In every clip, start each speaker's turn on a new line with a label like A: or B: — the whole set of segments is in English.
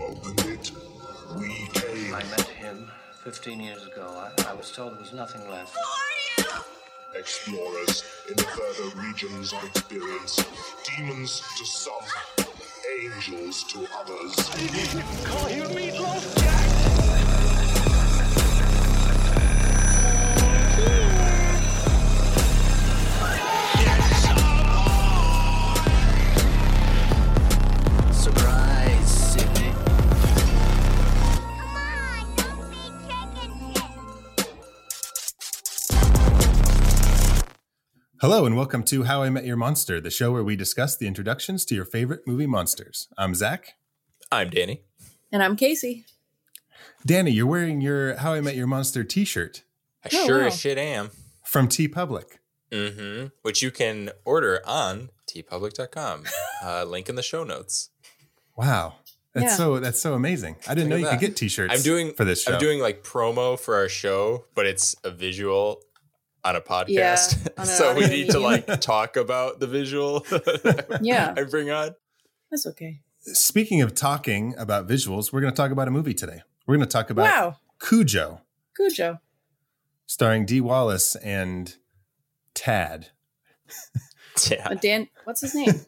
A: opened it, we came.
B: I met him 15 years ago. I, I was told there was nothing left.
A: Explorers in the further regions of experience. Demons to some, angels to others.
C: Surprise, Sydney.
D: Come on, don't be chicken shit.
E: Hello and welcome to How I Met Your Monster, the show where we discuss the introductions to your favorite movie monsters. I'm Zach.
F: I'm Danny.
G: And I'm Casey.
E: Danny, you're wearing your How I Met Your Monster t-shirt
F: I
G: Oh,
F: sure
G: wow.
F: as shit am.
E: from T Public.
F: hmm Which you can order on tpublic.com. Uh, link in the show notes.
E: Wow. That's
G: Yeah.
E: so that's so amazing. I didn't
F: Look
E: know
F: at
E: you could
F: that.
E: get t-shirts
F: I'm doing
E: for this show.
F: I'm doing like promo for our show, but it's a visual on a podcast.
G: on a-
F: so
G: on
F: we
G: a
F: need to
G: medium.
F: like talk about the visual.
G: Yeah.
F: I bring on.
G: That's okay.
E: Speaking of talking about visuals, we're going to talk about a movie today. We're going to talk about
G: Wow.
E: Cujo,
G: Cujo.
E: starring Dee Wallace and Tad.
F: Yeah.
G: Uh, Dan, what's his name?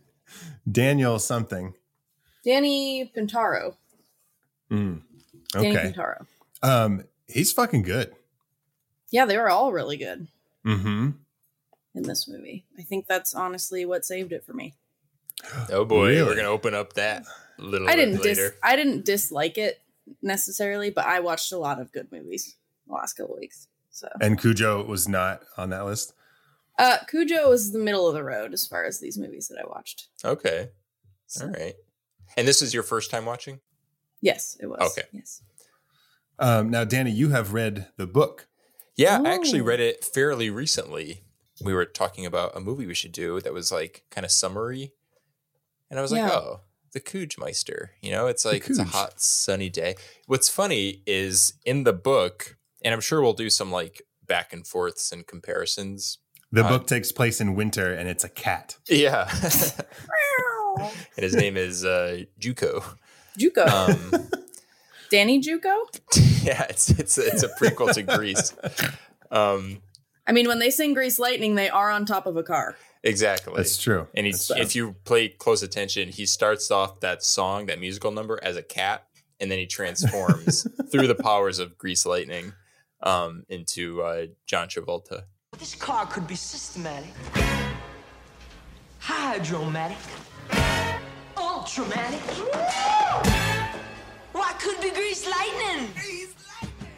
E: Daniel something.
G: Danny Pintaro.
E: Mm.
G: Danny
E: Okay.
G: Pintaro.
E: Um he's fucking good.
G: Yeah, they were all really good
E: Mhm.
G: in this movie. I think that's honestly what saved it for me.
F: Oh boy,
E: Really?
F: we're gonna open up that a little
G: I
F: bit
G: didn't dis-
F: later.
G: I didn't dislike it necessarily, but I watched a lot of good movies the last couple weeks. So
E: And Cujo was not on that list.
G: uh Cujo is the middle of the road as far as these movies that I watched.
F: okay. All right. And this is your first time watching?
G: Yes, it was.
F: Okay.
G: Yes.
E: Um, now, Danny, you have read the book.
F: Yeah, I actually
G: Oh.
F: read it fairly recently. We were talking about a movie we should do that was like kind of summary. And I was like,
G: Yeah.
F: oh, the Coogmeister. You know, it's like it's a
E: Cooge.
F: hot sunny day. What's funny is in the book, and I'm sure we'll do some like back and forths and comparisons.
E: The
F: Uh,
E: book takes place in winter, and it's a cat.
F: Yeah. and his name is uh Juco.
G: Juco.
F: Um
G: Danny Juco?
F: yeah, it's it's it's a prequel to Grease. Um
G: I mean, when they sing Grease Lightning, they are on top of a car.
F: exactly.
E: That's true.
F: And he's,
E: That's true.
F: if you play close attention, he starts off that song, that musical number, as a cat, and then he transforms through the powers of Grease Lightning um, into uh, John Travolta.
H: This car could be systematic, hydromatic, ultramatic. Or I could be greased lightning.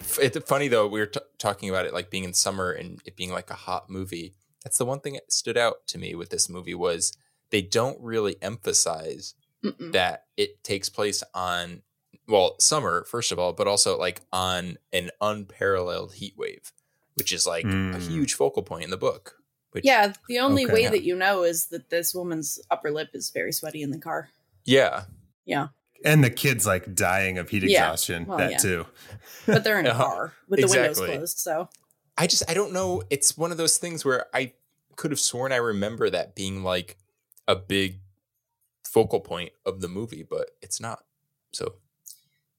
F: F- It's funny though, we were t- talking about it like being in summer and it being like a hot movie. That's the one thing that stood out to me with this movie was they don't really emphasize
G: Mm-mm.
F: that it takes place on well summer first of all but also like on an unparalleled heat wave which is like a
E: Mm.
F: huge focal point in the book which
G: Yeah, the only
E: Okay.
G: way that you know is that this woman's upper lip is very sweaty in the car.
F: yeah
G: Yeah,
E: and the kid's like dying of heat
G: Yeah.
E: exhaustion.
G: Well,
E: that
G: yeah.
E: too.
G: but they're in a
F: Uh-huh.
G: car with the
F: Exactly.
G: windows closed. So
F: i just i don't know it's one of those things where i could have sworn i remember that being like a big focal point of the movie but it's not so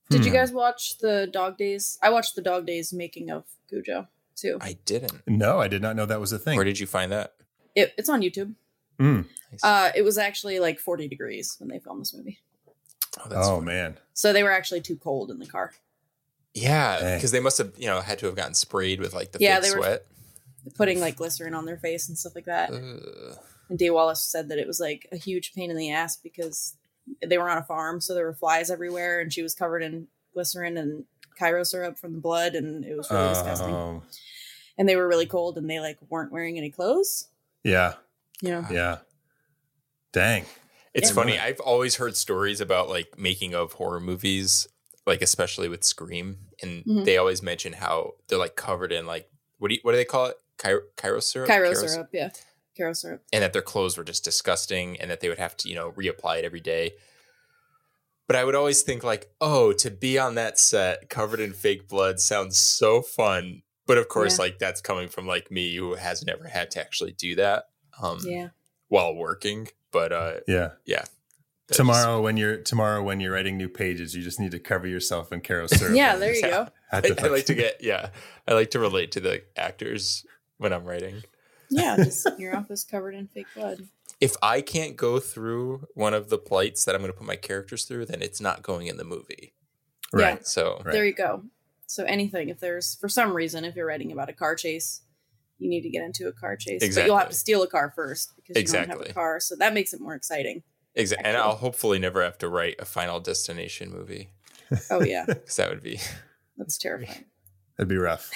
G: did you
E: Hmm.
G: guys watch the Dog Days? I watched the Dog Days making of Cujo too.
F: i didn't
E: No, I did not know that was a thing.
F: where did you find that
G: It, it's on YouTube.
E: Mm.
F: Nice.
G: Uh, it was actually like 40 degrees when they filmed this movie,
F: oh, that's
E: Oh
F: funny.
E: man,
G: so they were actually too cold in the car.
F: yeah
E: Dang.
F: because they must have you know had to have gotten sprayed with like the
G: Yeah,
F: fake
G: they were-
F: sweat
G: Putting like glycerin on their face and stuff like that.
F: Ugh.
G: And Day Wallace said that it was like a huge pain in the ass because they were on a farm, so there were flies everywhere, and she was covered in glycerin and Cairo syrup from the blood, and it was really disgusting.
E: Oh,
G: And they were really cold, and they like weren't wearing any clothes.
E: yeah,
G: Yeah,
E: yeah. Dang.
F: It's
G: Yeah.
F: funny. I've always heard stories about like making of horror movies, like especially with Scream, and
G: Mhm.
F: they always mention how they're like covered in like what do you, what do they call it? Cairo, Cairo syrup.
G: Cairo
F: Kairos-
G: syrup. Yeah, Cairo syrup.
F: And that their clothes were just disgusting, and that they would have to you know reapply it every day. But I would always think like, oh, to be on that set covered in fake blood sounds so fun. But of course,
G: Yeah.
F: like that's coming from like me who has never had to actually do that um,
G: Yeah,
F: while working. But uh,
E: Yeah.
F: Yeah. That's
E: tomorrow when you're tomorrow when you're writing new pages, you just need to cover yourself in Caro syrup.
G: Yeah, there you
F: Yeah.
G: go.
E: At
F: I,
E: the
F: I like to
E: fucking-
F: get yeah. I like to relate to the actors when I'm writing.
G: Yeah, just your office covered in fake blood.
F: If I can't go through one of the plights that I'm going to put my characters through, then it's not going in the movie.
E: right.
F: So
E: Right.
G: There you go. So anything, if there's for some reason, if you're writing about a car chase, you need to get into a car chase, but you'll have
F: Exactly.
G: to steal a car first because you don't have
F: Exactly.
G: a car. So that makes it more exciting.
F: Exa- and
G: Actually.
F: I'll hopefully never have to write a Final Destination movie
G: Oh yeah,
F: because that would be
G: that's terrifying.
E: That'd be rough.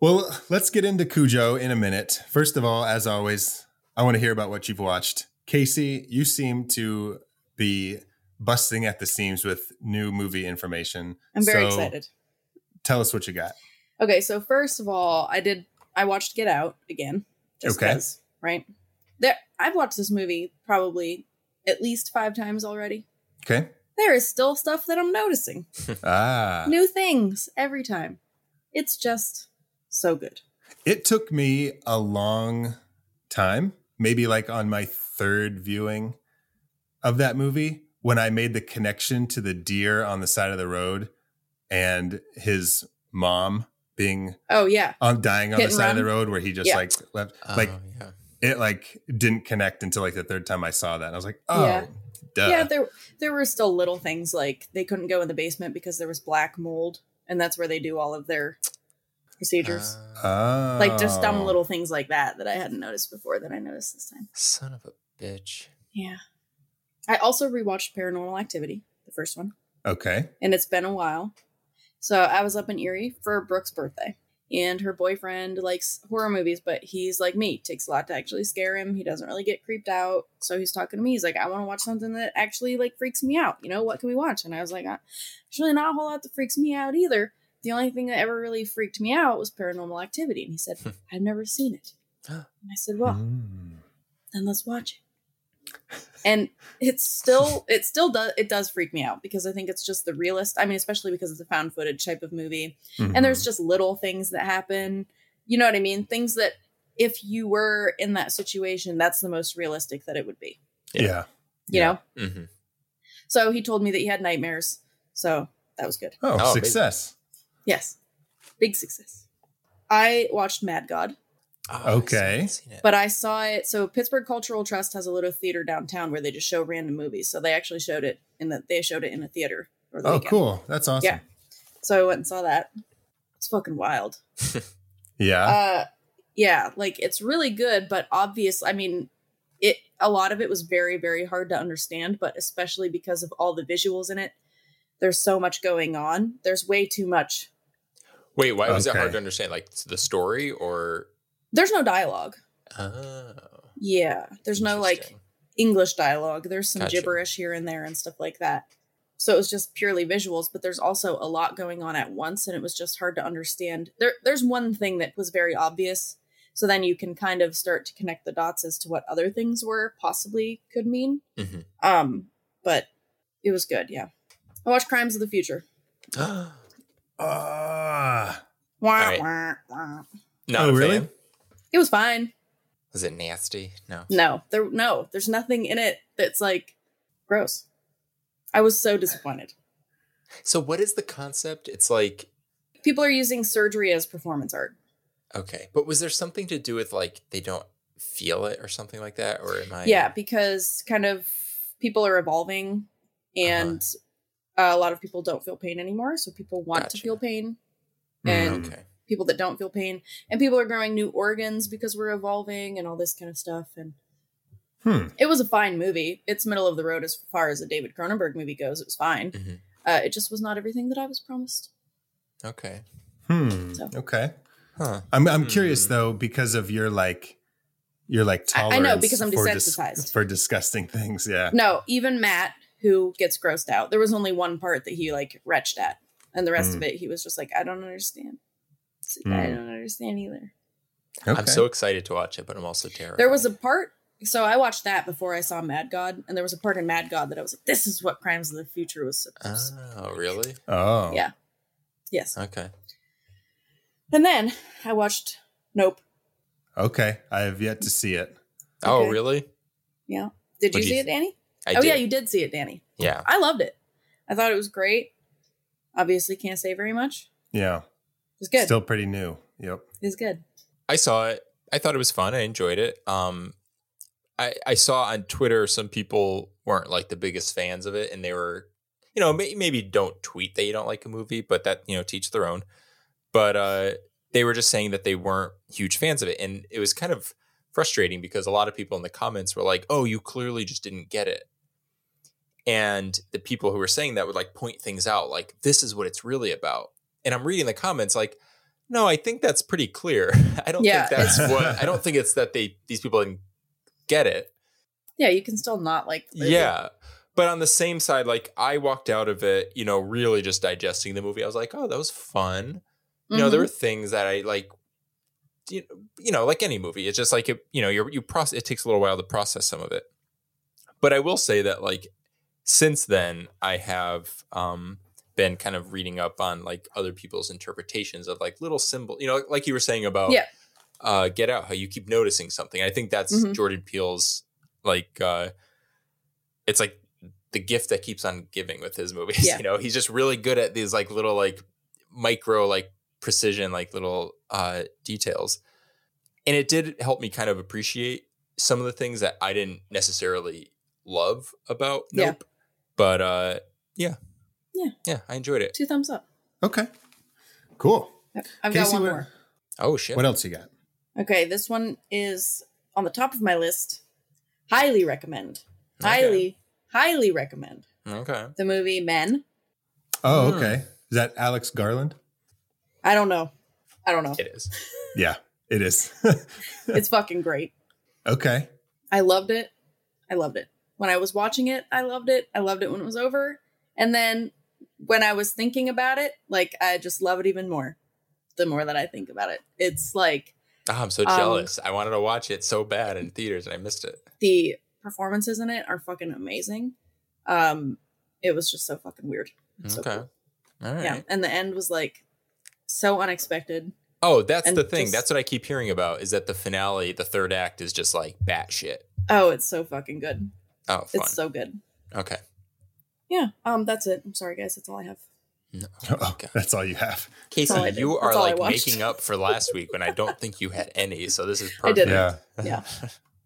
E: well, let's get into Cujo in a minute. First of all, as always, I want to hear about what you've watched. Casey, you seem to be busting at the seams with new movie information.
G: I'm very
E: So
G: excited.
E: Tell us what you got.
G: Okay, so first of all, I did I watched Get Out again. Just
E: Okay.
G: 'cause, right. There, I've watched this movie probably at least five times already.
E: Okay.
G: There is still stuff that I'm noticing.
E: Ah.
G: New things every time. It's just so good.
E: It took me a long time, maybe like on my third viewing of that movie, when I made the connection to the deer on the side of the road and his mom being
G: Oh yeah,
E: on dying on
G: Hit
E: the
G: and
E: side of the
G: run?
E: road where he just
G: Yeah.
E: like left like
F: Oh, yeah.
E: it like didn't connect until like the third time I saw that. And I was like, oh
G: Yeah.
E: duh.
G: yeah. There there were still little things like they couldn't go in the basement because there was black mold, and that's where they do all of their procedures.
F: Uh,
E: oh.
G: like just dumb little things like that that I hadn't noticed before that I noticed this time.
F: son of a bitch.
G: Yeah. I also rewatched Paranormal Activity, the first one,
E: Okay.
G: and it's been a while. So I was up in Erie for Brooke's birthday, and her boyfriend likes horror movies, but he's like me. Takes a lot to actually scare him. He doesn't really get creeped out. So he's talking to me. He's like, "I want to watch something that actually like freaks me out. You know what can we watch?" And I was like, "Uh, "There's really not a whole lot that freaks me out either." The only thing that ever really freaked me out was Paranormal Activity, and he said, "I've never seen it." And I said, "Well,
E: Mm.
G: then let's watch it. And it's still it still does it does freak me out because I think it's just the realist. I mean, especially because it's a found footage type of movie. And there's just little things that happen. You know what I mean? Things that if you were in that situation, that's the most realistic that it would be.
E: yeah.
G: You
E: Yeah.
G: know?
F: hmm
G: So he told me that he had nightmares. So that was good.
E: Oh,
F: Oh,
E: success.
G: Yes. Big success. I watched Mad God.
F: Oh,
E: Okay.
G: But I saw it. So Pittsburgh Cultural Trust has a little theater downtown where they just show random movies. So they actually showed it in that they showed it in a theater. Over the
E: Oh,
G: weekend.
E: cool. That's awesome.
G: Yeah. So I went and saw that. It's fucking wild.
E: Yeah.
G: Uh, yeah, like it's really good, but obvious. I mean, it a lot of it was very very hard to understand, but especially because of all the visuals in it. There's so much going on. There's way too much.
F: Wait, why was it
E: Okay.
F: hard to understand? Like the story or?
G: There's no dialogue.
F: Oh,
G: Yeah, there's no like
F: interesting.
G: English dialogue. There's some
F: Gotcha.
G: gibberish here and there and stuff like that. So it was just purely visuals, but there's also a lot going on at once, and it was just hard to understand. There, there's one thing that was very obvious, so then you can kind of start to connect the dots as to what other things were possibly could mean.
F: Mhm.
G: Um, but it was good, yeah. I watched Crimes of the Future. Uh,
E: Ah.
G: Wah,
F: Alright.
G: wah, wah.
F: Not
E: Oh,
F: a
E: really?
F: fan?
G: It was fine.
F: Was it nasty? No.
G: No, there, no, there's nothing in it that's like gross. I was so disappointed.
F: So what is the concept? It's like
G: people are using surgery as performance art.
F: okay, but was there something to do with like they don't feel it or something like that, or am I?
G: Yeah, because kind of people are evolving and uh, a lot of people don't feel pain anymore. So people want to
F: Gotcha.
G: feel pain
E: Mm.
G: and
F: Okay.
G: people that don't feel pain and people are growing new organs because we're evolving and all this kind of stuff. And
E: Hmm.
G: it was a fine movie. It's middle of the road as far as a David Cronenberg movie goes. It was fine.
F: Mhm.
G: Uh, it just was not everything that I was promised.
F: Okay.
E: Hmm.
G: So-
E: Okay.
F: Huh.
E: I'm I'm curious
F: Hmm.
E: though because of your like your like
G: I- I know,
E: tolerance.
G: because I'm
E: for dis-
G: desensitized.
E: for disgusting things. Yeah.
G: No, even Matt, who gets grossed out, there was only one part that he like retched at, and the rest
F: Hmm.
E: Mm.
G: of it he was just like, I don't understand. It's like, I
E: Mm.
G: don't understand either.
F: I'm so excited to watch it, but I'm also terrified.
G: There was a part, so I watched that before I saw Mad God, and there was a part in Mad God that I was like, this is what Crimes of the Future was supposed. to
F: Oh, really?
E: Oh.
G: Yeah. Yes,
F: Okay.
G: and then I watched Nope.
E: Okay. I have yet to see it.
F: Oh,
G: Okay.
F: really?
G: Yeah, did you
F: What do you
G: see it,
F: th-
G: Danny?
F: I
G: oh
F: did.
G: yeah, you did see it, Danny.
F: yeah.
G: I loved it. I thought it was great. Obviously, can't say very much.
E: Yeah.
G: It was good.
E: Still pretty new. Yep.
G: it was good.
F: I saw it. I thought it was fun. I enjoyed it. Um, I I saw on Twitter some people weren't like the biggest fans of it, and they were, you know, may, maybe don't tweet that you don't like a movie, but that you know, teach their own. But uh, they were just saying that they weren't huge fans of it, and it was kind of frustrating because a lot of people in the comments were like, "Oh, you clearly just didn't get it." And the people who were saying that would like point things out, like this is what it's really about. And I'm reading the comments, like, no, I think that's pretty clear. I don't
G: Yeah,
F: think that's
E: it's-
F: what I don't think it's that they these people didn't get it.
G: Yeah, you can still not like. the movie.
F: Yeah. But on the same side, like I walked out of it, you know, really just digesting the movie. I was like, oh, that was fun. You know, there
G: Mhm.
F: were things that I like, you, you know, like any movie, it's just like, it, you know, you're, you process, it takes a little while to process some of it. But I will say that, like, since then, I have um, been kind of reading up on like other people's interpretations of like little symbol, you know, like you were saying about
G: Yeah.
F: uh, Get Out, how you keep noticing something. I think that's
G: Mhm.
F: Jordan Peele's like, uh, it's like the gift that keeps on giving with his movies.
G: Yeah.
F: You know, he's just really good at these like little like micro like precision like little uh details. And it did help me kind of appreciate some of the things that I didn't necessarily love about
G: Yeah.
F: Nope. But uh yeah.
G: Yeah.
F: Yeah, I enjoyed it.
G: two thumbs up.
E: Okay. Cool.
G: I've got
E: Casey,
G: one
E: what-
G: more.
F: Oh shit.
E: What else you got?
G: Okay, this one is on the top of my list. Highly recommend.
F: Okay.
G: Highly, highly recommend
F: Okay.
G: the movie Men.
E: Oh,
F: Hmm.
E: okay. Is that Alex Garland?
G: I don't know. I don't know.
F: It is.
E: Yeah, it is.
G: It's fucking great.
E: okay.
G: I loved it. I loved it. When I was watching it, I loved it. I loved it when it was over. And then when I was thinking about it, like I just love it even more the more that I think about it. It's like
F: Ah, I'm so
G: Um,
F: jealous. I wanted to watch it so bad in theaters and I missed it.
G: the performances in it are fucking amazing. Um it was just so fucking weird. So
F: Okay.
G: cool.
F: All right.
G: Yeah. And the end was like so unexpected.
F: Oh, that's
G: And
F: the thing.
G: just-
F: that's what I keep hearing about is that the finale, the third act is just like batshit.
G: Oh, it's so fucking good.
F: Oh, fun.
G: It's so good.
F: okay.
G: Yeah. Um that's it. I'm sorry guys, that's all I have.
F: No.
E: Oh,
F: God.
E: that's all you have.
F: Casey,
G: all I did.
F: you
G: That's
F: are
G: all I
F: like
G: watched.
F: making up for last week when I don't think you had any. So this is
G: I
F: perfect.
G: didn't.
E: Yeah.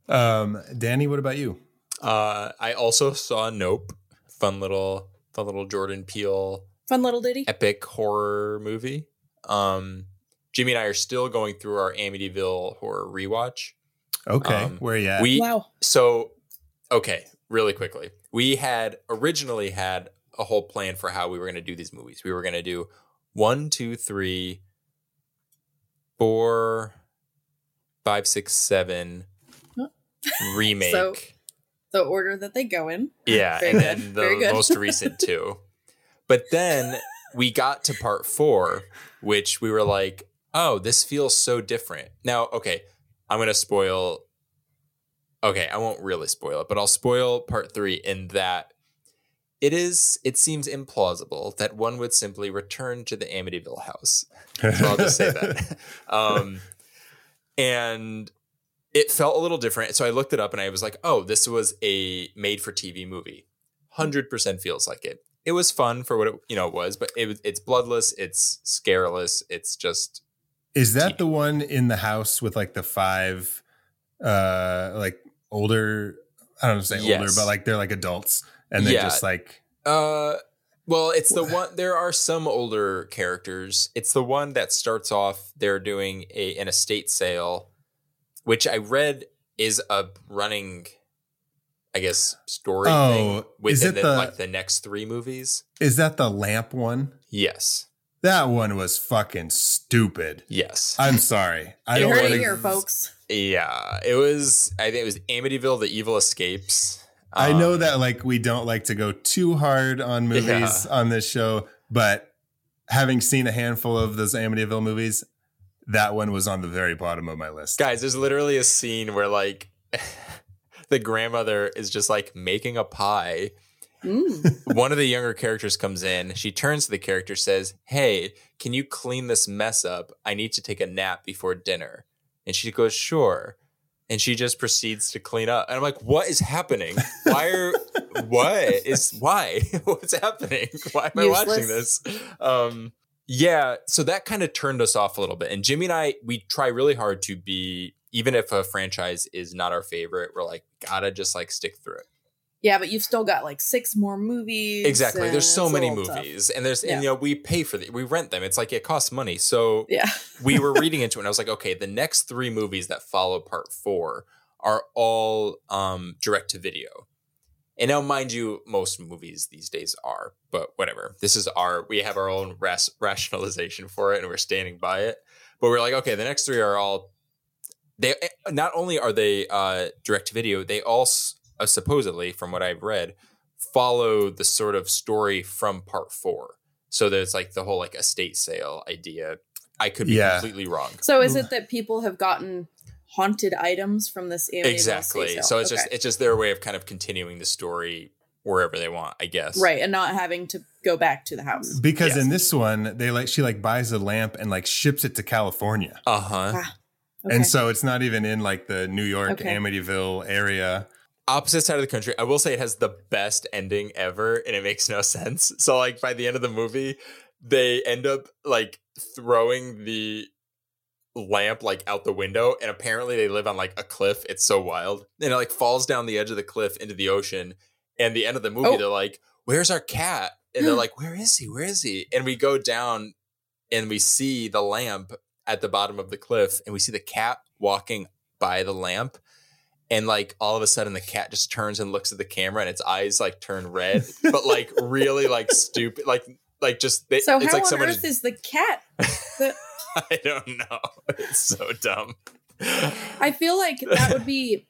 G: Yeah.
E: Um, Danny, what about you?
F: Uh, I also saw Nope. Fun little, fun little Jordan Peele
G: Fun little ditty.
F: epic horror movie. Um, Jimmy and I are still going through our Amityville horror rewatch.
E: Okay.
F: Um,
E: Where are you at?
F: We
G: Wow.
F: So, okay, really quickly, we had originally had a whole plan for how we were going to do these movies. We were going to do one, two, three, four, five, six, seven remake.
G: So- The order that they go in.
F: yeah,
G: Very
F: and
G: good,
F: then
G: very
F: the
G: good.
F: most recent two. But then we got to part four, which we were like, oh, this feels so different. Now, okay, I'm going to spoil. Okay, I won't really spoil it, but I'll spoil part three in that it is, it seems implausible that one would simply return to the Amityville house. So I'll just say that. Um, and it felt a little different. So I looked it up and I was like, oh, this was a made for TV movie. 100% feels like it. It was fun for what it, you know, it was, but it was, it's bloodless, it's scareless, it's just
E: Is that the one in the house with like the five, uh, like older? I don't want to say older,
F: Yes.
E: but like they're like adults, and they're
F: Yeah.
E: just like
F: uh well, it's the one there are some older characters. It's the one that starts off they're doing a an estate sale, which I read is a running I guess story
E: Oh,
F: thing
E: is
F: within
E: it
F: the,
E: the-
F: like the next 3 movies.
E: Is that the lamp one?
F: Yes.
E: That one was fucking stupid.
F: Yes.
E: I'm sorry. I
G: You
E: don't
G: heard
E: want
G: it
E: to.
G: here, folks.
F: Yeah, it was. I think it was Amityville: The Evil Escapes.
E: I know
F: Um,
E: that like we don't like to go too hard on movies
F: Yeah.
E: on this show, but having seen a handful of those Amityville movies, that one was on the very bottom of my list.
F: guys. There's literally a scene where like the grandmother is just like making a pie.
G: Mm.
F: One of the younger characters comes in. She turns to the character, says, "Hey, can you clean this mess up? I need to take a nap before dinner." And she goes, "Sure." And she just proceeds to clean up. And I'm like, "What is happening? Why are what is why what's happening why am i watching
G: Useless.
F: this um yeah so that kind of turned us off a little bit and jimmy and i we try really hard to be even if a franchise is not our favorite we're like gotta just like stick through it
G: Yeah, but you've still got like six more movies.
F: exactly
G: and
F: there's so
G: it's a
F: many
G: little tough.
F: movies and there's
G: Yeah.
F: and you know we pay for the we rent them it's like it costs money so
G: Yeah.
F: we were reading into it and I was like, okay, the next three movies that follow part four are all um, direct to video. And now, mind you, most movies these days are, but whatever. This is our, we have our own ras- rationalization for it and we're standing by it. But we're like, okay, the next three are all, they eh, not only are they uh, direct to video, they all s- uh, supposedly, from what I've read, follow the sort of story from part four. So there's like the whole like estate sale idea. I could be
E: Yeah.
F: completely wrong.
G: So is it that people have gotten haunted items from this Amityville estate
F: Exactly.
G: sale?
F: So it's just
G: Okay.
F: it's just their way of kind of continuing the story wherever they want, I guess.
G: right, and not having to go back to the house.
E: Because
F: Yes.
E: in this one, they like she like buys a lamp and like ships it to California.
F: Uh huh.
G: Ah. Okay.
E: And so it's not even in like the New York
G: Okay.
E: Amityville area.
F: Opposite side of the country. I will say it has the best ending ever, and it makes no sense. So like by the end of the movie, they end up like throwing the lamp like out the window, and apparently they live on like a cliff. It's so wild, and it like falls down the edge of the cliff into the ocean. And the end of the movie,
G: Oh. Mm.
F: they're like, "Where's our cat?" And they're like, "Where is he? Where is he?" And we go down, and we see the lamp at the bottom of the cliff, and we see the cat walking by the lamp. And like all of a sudden, the cat just turns and looks at the camera, and its eyes like turn red, but like really like stupid, like like just they,
G: so
F: it's
G: how
F: like
G: on
F: someone
G: earth is the cat?
F: I don't know. It's so dumb.
G: I feel like that would be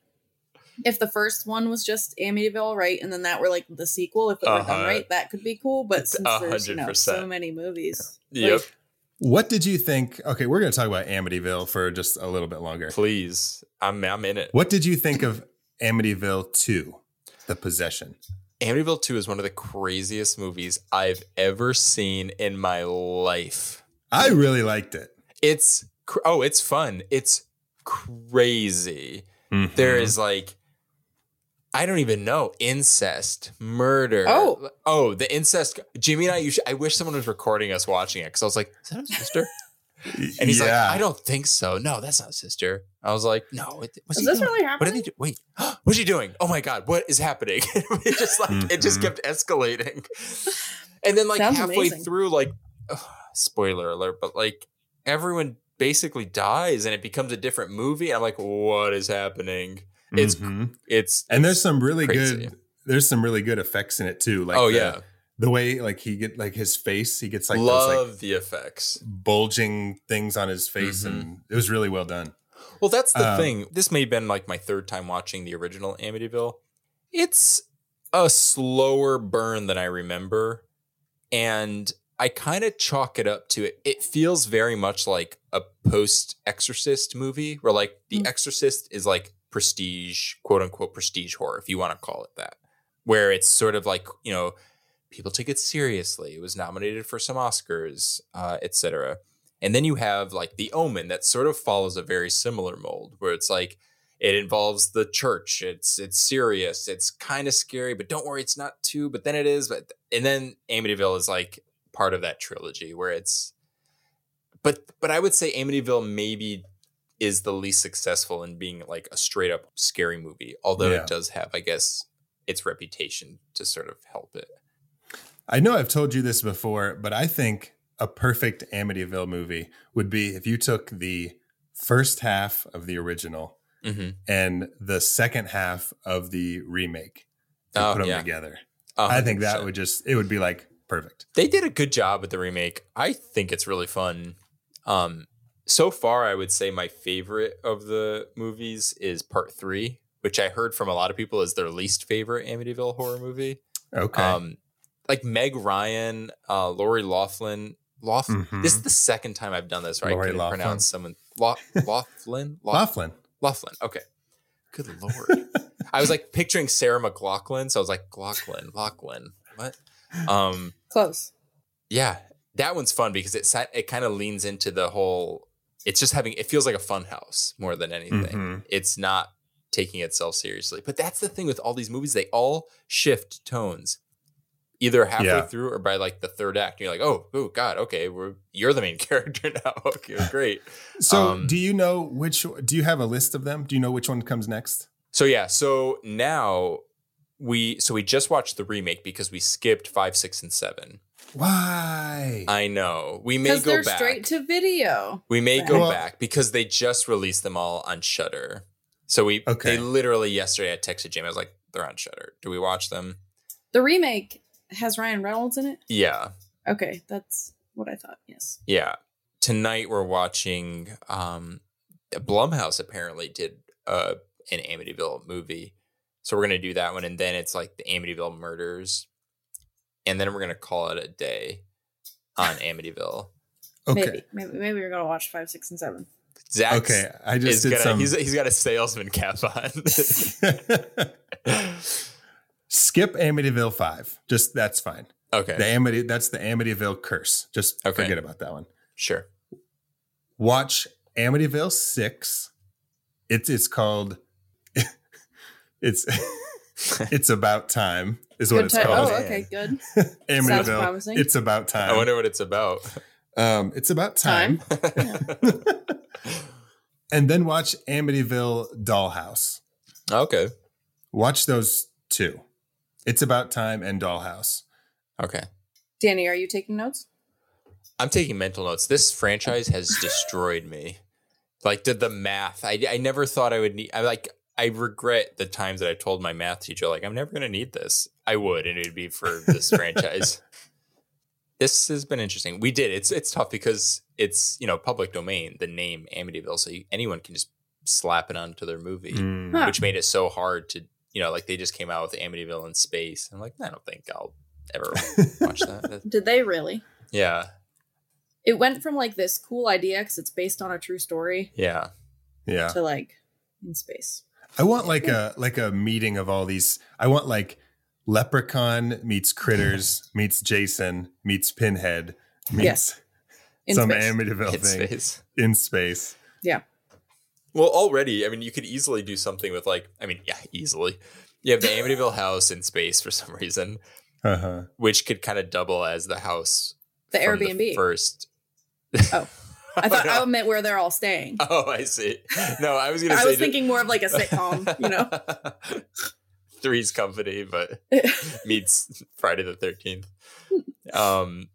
G: if the first one was just Amityville, right, and then that were like the sequel. If it were
F: Uh-huh.
G: done right, that could be cool. But since there's you know,
F: 100%.
G: so many movies,
F: Yep.
G: like,
E: What did you think? Okay, we're going to talk about Amityville for just a little bit longer.
F: Please, I'm I'm in it.
E: What did you think of Amityville 2, The Possession?
F: Amityville 2 is one of the craziest movies I've ever seen in my life.
E: I really liked it.
F: It's cr- oh, it's fun. It's crazy.
E: Mm-hmm.
F: There is like I don't even know incest, murder.
G: Oh.
F: oh, the incest. Jimmy and I. You should, I wish someone was recording us watching it because I was like, "Is that a sister?" And he's like, I don't think so. No, that's not sister. I was like, no, it, what's
G: is
F: he
G: this
F: doing?
G: really
F: what did
G: happening?
F: he do? Wait, what's he doing? Oh my god, what is happening? it just like it just
E: Mhm.
F: kept escalating, and then like
G: Sounds
F: halfway
G: amazing.
F: through, like ugh, spoiler alert, but like everyone basically dies, and it becomes a different movie. I'm like, what is happening? It's
E: Mhm.
F: It's
E: and there's some really
F: crazy.
E: good there's some really good effects in it too. Like
F: oh
E: the-
F: yeah,
E: the way like he get like his face, he gets like those
F: love
E: like
F: the effects.
E: bulging things on his face,
F: Mhm.
E: and it was really well done.
F: Well, that's the
E: Um,
F: thing. This may have been like my third time watching the original Amityville. It's a slower burn than I remember. And I kind of chalk it up to it. It feels very much like a post Exorcist movie where, like, The
G: Mm.
F: Exorcist is like prestige, quote unquote, prestige horror, if you want to call it that, where it's sort of like, you know, people take it seriously. It was nominated for some Oscars, uh, et cetera. And then you have like The Omen that sort of follows a very similar mold where it's like it involves the church. It's it's serious. It's kind of scary, but don't worry, it's not too. But then it is. But and then Amityville is like part of that trilogy where it's. But but I would say Amityville maybe is the least successful in being like a straight up scary movie, although
E: Yeah.
F: it does have I guess its reputation to sort of help it.
E: I know I've told you this before, but I think a perfect Amityville movie would be if you took the first half of the original
F: Mm-hmm.
E: and the second half of the remake and
F: Oh
E: put them
F: yeah,
E: together. I think that
F: 100%.
E: would just it would be like perfect.
F: they did a good job with the remake. I think it's really fun. Um, so far, I would say my favorite of the movies is Part Three, which I heard from a lot of people is their least favorite Amityville horror movie.
E: Okay.
F: Um, like Meg Ryan, uh, Lori Laughlin. Laughlin.
E: Mhm.
F: This is the second time I've done this. Right?
E: Lori
F: I couldn't
E: Loughlin.
F: pronounce someone. Laugh- Laughlin. Laugh-
E: Laughlin.
F: Laughlin. Okay. Good lord. I was like picturing Sarah McLaughlin, so I was like Laughlin, Laughlin. What? Um.
G: Close.
F: Yeah, that one's fun because it sat, it kind of leans into the whole. It's just having it feels like a fun house more than anything.
E: Mhm.
F: It's not taking itself seriously. But that's the thing with all these movies, they all shift tones. Either halfway
E: Yeah.
F: through or by like the third act, you're like, "Oh, oh God, okay, we're you're the main character now. Okay, great."
E: So,
F: Um,
E: do you know which? Do you have a list of them? Do you know which one comes next?
F: So yeah, so now we so we just watched the remake because we skipped five, six, and seven.
E: Why?
F: I know we may
G: Because
F: go
G: they're
F: back.
G: straight to video.
F: we may go
E: Well-
F: back because they just released them all on Shutter. So we
E: Okay.
F: they literally yesterday I texted Jamie. I was like, "They're on Shutter. Do we watch them?"
G: The remake has Ryan Reynolds in it.
F: Yeah,
G: Okay, that's what I thought. Yes.
F: yeah. Tonight we're watching. um Blumhouse apparently did uh an Amityville movie, so we're gonna do that one, and then it's like the Amityville murders, and then we're gonna call it a day on Amityville.
E: Okay.
G: Maybe. Maybe maybe we're gonna watch five, six, and seven.
F: Zach
E: Okay. I just
F: is
E: did
F: gonna,
E: some.
F: he's, he's got a salesman cap on.
E: Skip Amityville Five. Just that's fine.
F: okay,
E: The Amity. That's the Amityville curse. Just
F: Okay.
E: forget about that one.
F: sure.
E: Watch Amityville Six. It's it's called. It's it's about time is what
G: Good
E: it's
G: ti-
E: called.
G: Oh,
F: man.
G: okay, good.
E: Amityville.
G: sounds promising.
E: It's about time.
F: I wonder what it's about.
E: um, it's about time.
G: Time.
E: and then watch Amityville Dollhouse.
F: okay,
E: Watch those two. It's about time and Dollhouse.
F: okay.
G: Danny, are you taking notes?
F: I'm taking mental notes. This franchise has destroyed me. Like, did the math? I I never thought I would need. I like. I regret the times that I told my math teacher, like, I'm never going to need this. I would, and it'd be for this franchise. This has been interesting. We did. It's it's tough because it's you know public domain. The name Amityville, so you, anyone can just slap it onto their movie,
G: Huh.
F: which made it so hard to you know like they just came out with Amityville in space. I'm like, I don't think I'll ever watch that.
G: Did they really?
F: yeah,
G: It went from like this cool idea because it's based on a true story
F: yeah.
E: Yeah.
G: to like in space.
E: I want like a like a meeting of all these. I want like Leprechaun meets Critters meets Jason meets Pinhead meets
G: Yes. In
E: some
G: space.
E: Amityville
F: It's
E: thing
F: face.
E: in space.
G: yeah.
F: Well, already, I mean, you could easily do something with like, I mean, yeah, easily. You have the Amityville house in space for some reason,
E: Uh-huh.
F: which could kind of double as the house.
G: The
F: from
G: Airbnb.
F: first.
G: Oh. I thought
F: no.
G: I meant where they're all staying.
F: Oh, I see. No, I was gonna.
G: I
F: say
G: was
F: that-
G: thinking more of like a sitcom, you know?
F: Three's Company, but meets Friday the Thirteenth. Um,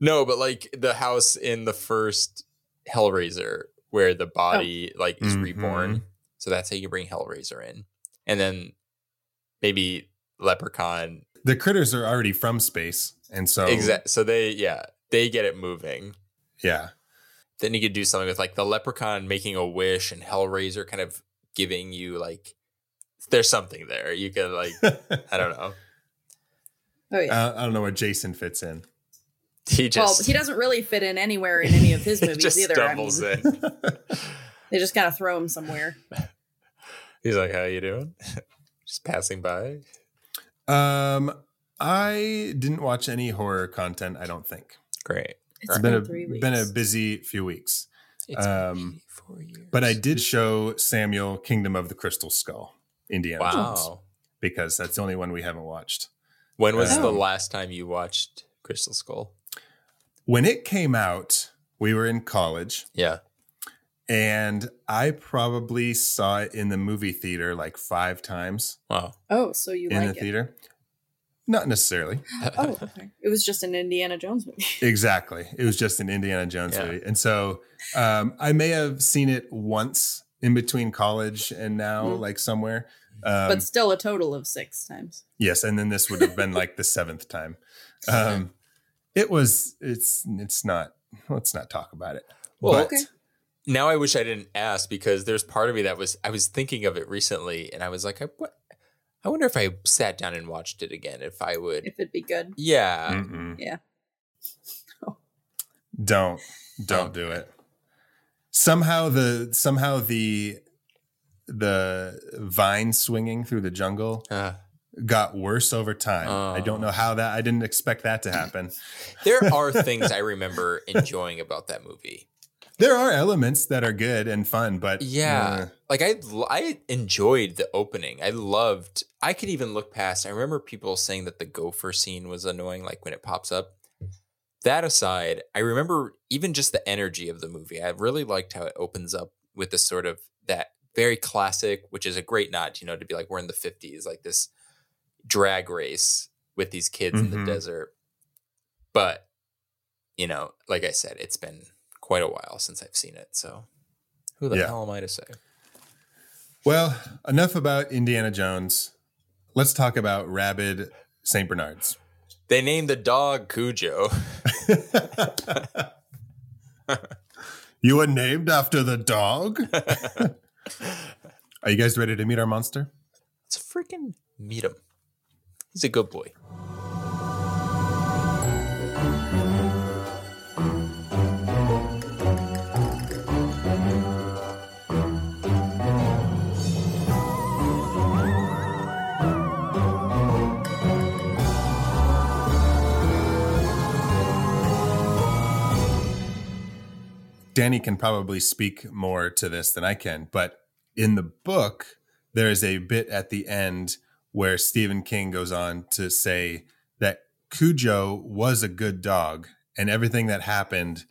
F: no, but like the house in the first Hellraiser, where
G: Oh.
F: the body like is
E: Mhm.
F: reborn. So that's how you bring Hellraiser in, and then maybe Leprechaun.
E: The critters are already from space. And so
F: Exact. So they, yeah, they get it moving.
E: yeah.
F: then you could do something with like the leprechaun making a wish and hellraiser kind of giving you like there's something there you could like i don't know
G: Oh yeah.
E: Uh, I don't know where Jason fits in.
F: he Um, just
G: well, he doesn't really fit in anywhere in any of his
F: he
G: movies
F: just
G: either. I mean,
F: stumbles in
G: they just kind of throw him somewhere.
F: he's like how you doing just passing by
E: Um I didn't watch any horror content, I don't think.
F: great
G: It's
E: been
G: been,
E: a
G: three weeks.
E: been a busy few weeks.
F: it's
E: Um,
F: um, four years
E: But I did show Samuel Kingdom of the Crystal Skull, Indiana Jones,
F: wow
E: because that's the only one we haven't watched.
F: when was the
E: Um,
F: last time you watched crystal skull
E: When it came out, we were in college,
F: yeah
E: and I probably saw it in the movie theater like five times
F: wow
G: oh, so you
E: in
G: like
E: the
G: it?
E: theater. Not necessarily.
G: Oh, okay. It was just an Indiana Jones movie.
E: Exactly. It was just an Indiana Jones
F: Yeah.
E: movie. And so um, I may have seen it once in between college and now,
F: Mm-hmm.
G: Mhm.
E: like somewhere. Um,
G: but still a total of six times.
E: Yes, and then this would have been like the seventh time. Um, it was. It's. It's not. Let's not talk about it.
F: Well,
E: but
G: okay.
F: now I wish I didn't ask because there's part of me that was I was thinking of it recently, and I was like, I, what? I wonder if I sat down and watched it again, if I would.
G: If it'd be good.
F: Yeah,
E: mm-mm.
G: Yeah.
E: don't don't
F: Oh.
E: do it. Somehow the somehow the the vine swinging through the jungle
F: Uh, Oh.
E: got worse over time. I don't know how that. I didn't expect that to happen.
F: there are things I remember enjoying about that movie.
E: There are elements that are good and fun, but
F: Yeah.
E: uh,
F: Like I l- I enjoyed the opening. I loved I could even look past. I remember people saying that the gopher scene was annoying like when it pops up. That aside, I remember even just the energy of the movie. I really liked how it opens up with this sort of that very classic, which is a great nod, you know, to be like we're in the 50s, like this drag race with these kids in
E: Mhm.
F: the desert. But you know, like I said, it's been quite a while since I've seen it, so who the
E: Yeah.
F: hell am I to say?
E: well, enough about Indiana Jones. Let's talk about rabid St. Bernards.
F: They named the dog Cujo.
E: You were named after the dog? Are you guys ready to meet our monster?
F: Let's freaking meet him. He's a good boy.
E: Danny can probably speak more to this than I can, but in the book, there is a bit at the end where Stephen King goes on to say that Cujo was a good dog and everything that happened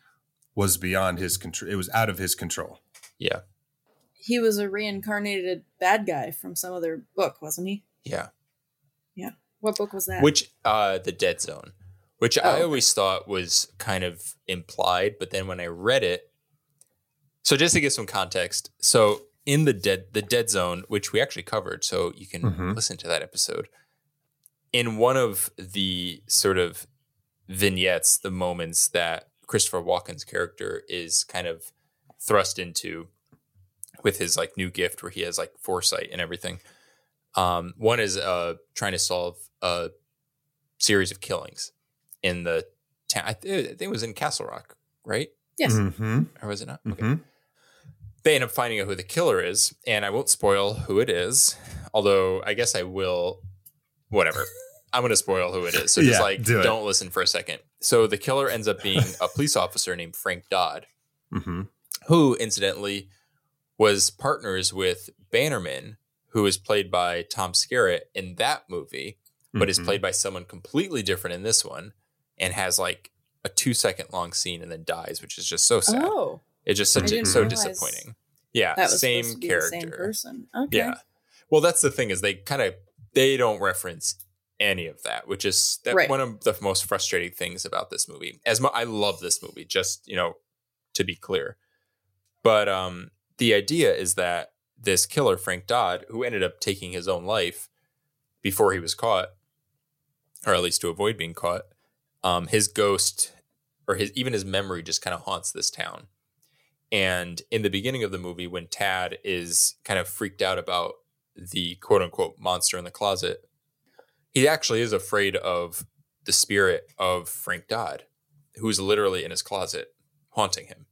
E: was beyond his control. It was out of his control.
F: Yeah.
G: He was a reincarnated bad guy from some other book, wasn't he?
F: Yeah.
G: What book was that?
F: Which uh the dead zone. Which
G: Oh,
F: I
G: okay.
F: always thought was kind of implied, but then when I read it. So just to give some context, so in the dead the dead zone, which we actually covered, so you can
E: Mhm.
F: listen to that episode. In one of the sort of vignettes, the moments that Christopher Walken's character is kind of thrust into with his like new gift where he has like foresight and everything. Um, one is uh, trying to solve a series of killings in the town. I, th- I think it was in Castle Rock, right?
G: yes.
E: Mm-hmm.
F: Or was it not? Okay.
E: Mm-hmm.
F: They end up finding out who the killer is, and I won't spoil who it is. Although I guess I will. Whatever. I'm going to spoil who it is. So just
E: Yeah,
F: like
E: do it.
F: don't listen for a second. So the killer ends up being a police officer named Frank Dodd
E: Mm-hmm.
F: who incidentally was partners with Bannerman, who was played by Tom Skerritt in that movie, but
E: Mm-hmm.
F: is played by someone completely different in this one and has like a two second long scene and then dies, which is just so sad.
G: Oh,
F: It's just
E: I
F: such
E: didn't
F: so
G: realize
F: disappointing. Yeah,
G: that was
F: same
G: supposed to be
F: character.
G: the same person. Okay.
F: Yeah. Well, that's the thing is they kind of they don't reference any of that, which is that
G: Right.
F: one of the most frustrating things about this movie. As mu- I love this movie, just you know, to be clear. But um, the idea is that this killer Frank Dodd, who ended up taking his own life before he was caught, or at least to avoid being caught, um, his ghost or his even his memory just kind of haunts this town. And in the beginning of the movie, when Tad is kind of freaked out about the quote unquote monster in the closet, he actually is afraid of the spirit of Frank Dodd, who's literally in his closet haunting him.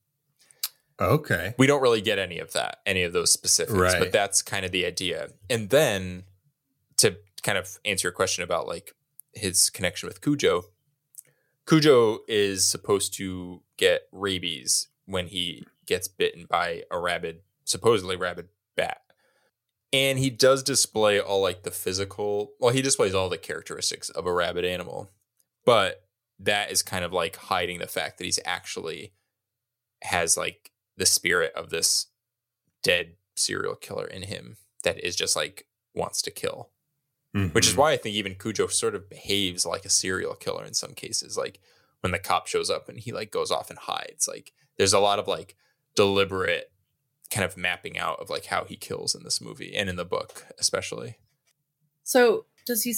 E: Okay.
F: We don't really get any of that, any of those specifics,
E: Right.
F: but that's kind of the idea. And then to kind of answer your question about like his connection with Cujo, Cujo is supposed to get rabies when he gets bitten by a rabid, supposedly rabid bat. And he does display all like the physical, well, he displays all the characteristics of a rabid animal, but that is kind of like hiding the fact that he's actually has like the spirit of this dead serial killer in him that is just like wants to kill which is
E: Mhm.
F: why I think even Cujo sort of behaves like a serial killer in some cases. Like when the cop shows up and he like goes off and hides. Like there's a lot of like deliberate kind of mapping out of like how he kills in this movie and in the book especially.
G: So does he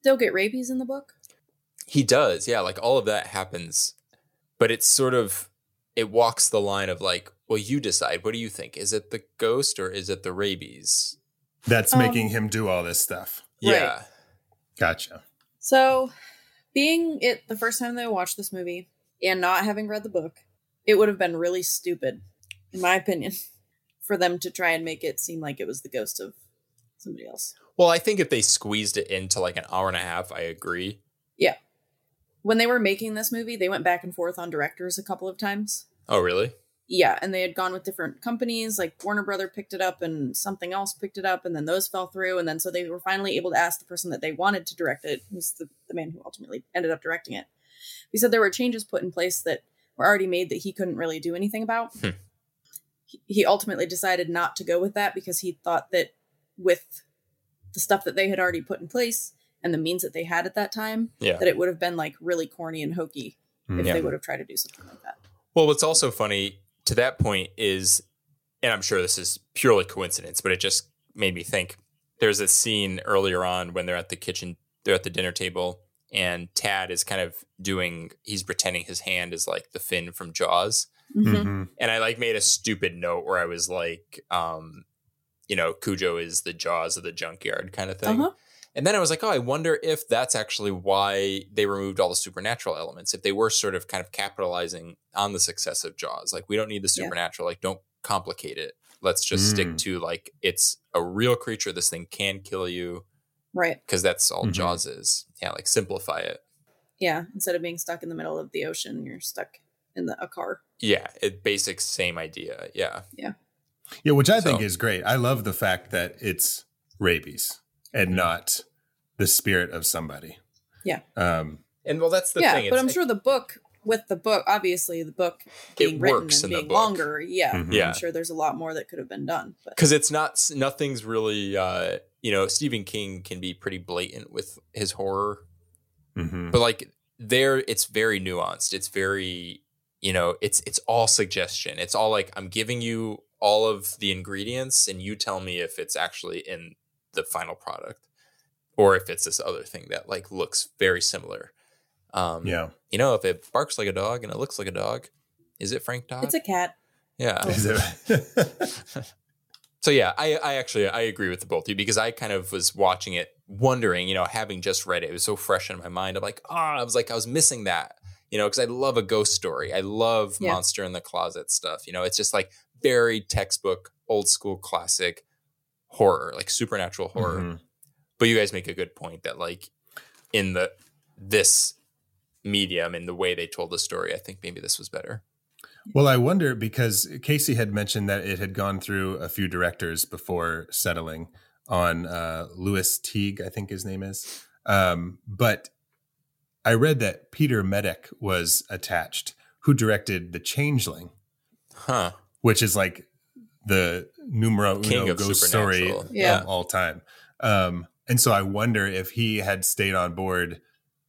G: still get rabies in the book?
F: He does, yeah. Like all of that happens, but it's sort of it walks the line of like, well, you decide. What do you think? Is it the ghost or is it the rabies?
E: That's
G: Um,
E: making him do all this stuff.
G: Right.
F: Yeah,
E: Gotcha.
G: So, being it the first time that I watched this movie and not having read the book, it would have been really stupid, in my opinion, for them to try and make it seem like it was the ghost of somebody else.
F: Well, I think if they squeezed it into like an hour and a half, I agree.
G: When they were making this movie, they went back and forth on directors a couple of times.
F: Oh, really?
G: yeah, and they had gone with different companies, like Warner Brother picked it up and something else picked it up, and then those fell through. And then so they were finally able to ask the person that they wanted to direct it, who's the, the man who ultimately ended up directing it. He said there were changes put in place that were already made that he couldn't really do anything about.
F: Hmm.
G: He- He ultimately decided not to go with that because he thought that with the stuff that they had already put in place and the means that they had at that time,
F: Yeah. Hmm.
G: that it would have been like really corny and hokey if
F: Yeah.
G: they would have tried to do something like that.
F: Well, what's also funny to that point is, and I'm sure this is purely coincidence, but it just made me think. There's a scene earlier on when they're at the kitchen, they're at the dinner table, and Tad is kind of doing, he's pretending his hand is like the fin from Jaws.
G: Mm-hmm.
E: Mhm.
F: And I like made a stupid note where I was like, um, you know, Cujo is the Jaws of the junkyard kind of thing.
G: Uh-huh.
F: And then I was like, oh, I wonder if that's actually why they removed all the supernatural elements. If they were sort of kind of capitalizing on the success of Jaws, like we don't need the
G: Yeah.
F: supernatural, like don't complicate it. Let's just stick
E: Mm.
F: to like it's a real creature. This thing can kill you
G: Right.
F: because that's all
E: Mhm.
F: Jaws is. Yeah, like simplify it.
G: Yeah. Instead of being stuck in the middle of the ocean, you're stuck in the, a car.
F: Yeah, it basic same idea. Yeah,
E: Yeah, which I think
F: So-
E: is great. I love the fact that it's rabies and not the spirit of somebody.
G: Yeah.
E: Um,
F: and well, that's the
G: yeah.
F: thing.
G: but
F: it's-
G: I'm sure the book, with the book, obviously the book being
F: it
G: written
F: works
G: and
F: in the
G: being
F: book.
G: longer. Yeah.
E: Mhm.
F: Yeah.
G: I'm sure there's a lot more that could have been done. But
F: because it's not s- nothing's really uh you know stephen king can be pretty blatant with his horror
E: mhm.
F: but like there it's very nuanced it's very you know it's it's all suggestion it's all like i'm giving you all of the ingredients and you tell me if it's actually in the final product or if it's this other thing that like looks very similar um
E: Yeah.
F: you know if it barks like a dog and it looks like a dog is it frank dog
G: it's a cat.
F: yeah
E: Is it-
F: So yeah, I, I actually I agree with the both of you because I kind of was watching it wondering, you know, having just read it, it was so fresh in my mind. I'm like, ah, I was like, I was missing that, you know, because I love a ghost story. I love
G: Yeah.
F: monster in the closet stuff. You know, it's just like very textbook, old school classic horror, like supernatural horror.
E: Mhm.
F: But you guys make a good point that like in the this medium in the way they told the story, I think maybe this was better.
E: Well, I wonder because Casey had mentioned that it had gone through a few directors before settling on uh, Louis Teague, I think his name is. Um, but I read that Peter Medic was attached, who directed The Changeling,
F: Huh.
E: which is like the numero uno
F: King of
E: ghost story
F: supernatural.
G: Yeah.
E: of all time. Um, and so I wonder if he had stayed on board,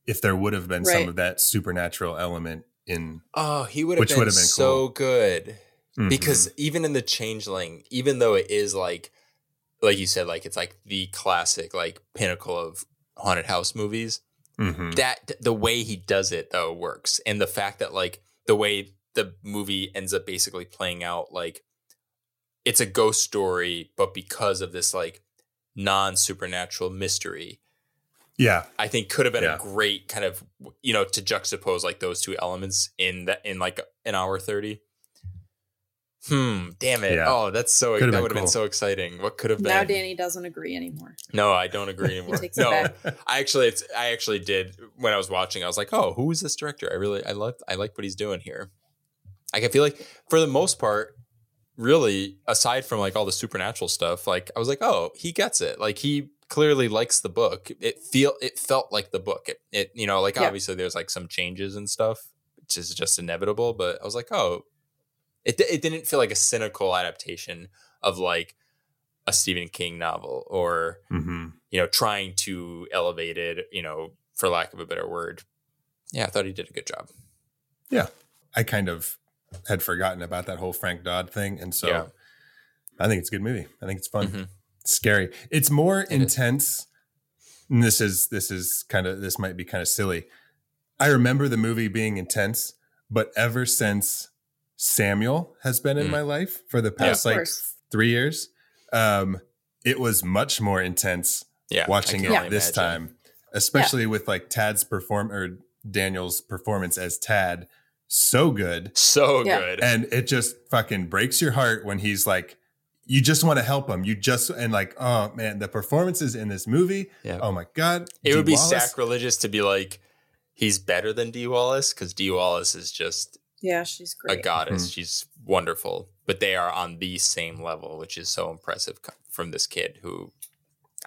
E: if there would have been
G: Right.
E: some of that supernatural element in.
F: Oh, he would have
E: Which
F: been,
E: would have been
F: so
E: cool.
F: good.
E: Mhm.
F: because even in the changeling even though it is like like you said like it's like the classic like pinnacle of haunted house movies
E: Mhm.
F: that the way he does it though works and the fact that like the way the movie ends up basically playing out like it's a ghost story but because of this like non-supernatural mystery
E: yeah.
F: i think could have been
E: Yeah.
F: a great kind of you know to juxtapose like those two elements in that in like an hour 30 hmm damn it
E: Yeah.
F: oh that's so
E: Could have
F: that
E: been
F: would have been
E: cool.
F: so exciting what could have been
G: Now Danny doesn't agree anymore.
F: no i don't agree anymore
G: takes it
F: no
G: back.
F: i actually it's i actually did when i was watching i was like oh who is this director i really i love i like what he's doing here like i feel like for the most part really aside from like all the supernatural stuff like i was like oh he gets it like he clearly likes the book it feel it felt like the book it, it you know like
G: Yeah.
F: obviously there's like some changes and stuff which is just inevitable but i was like oh it, di- it didn't feel like a cynical adaptation of like a stephen king novel or
E: hmm
F: you know, trying to elevate it, you know, for lack of a better word. Yeah, I thought he did a good job.
E: I kind of had forgotten about that whole Frank Dodd thing, and so
F: Yeah.
E: I think it's a good movie. I think it's fun,
F: Mhm.
E: scary. It's more
F: is.
E: intense. And this is this is kind of this might be kind of silly. I remember the movie being intense, but ever since Samuel has been in
F: Mm.
E: my life for the
F: Yeah.
E: past
G: Of
E: like
G: course.
E: three years, um, it was much more intense
F: Yeah. I
E: watching
F: can
E: it
F: only
E: this
F: imagine.
E: time, especially with like Tad's perform or Daniel's performance as Tad, so good.
F: So
G: Yeah.
F: good.
E: And it just fucking breaks your heart when he's like, you just want to help him. You just and like, oh man, the performances in this movie.
F: Yeah.
E: Oh my god,
F: it would be
E: Wallace,
F: sacrilegious to be like, he's better than D Wallace because D Wallace is just
G: Yeah, she's great.
F: a goddess.
E: Mm-hmm.
F: She's wonderful, but they are on the same level, which is so impressive co- from this kid who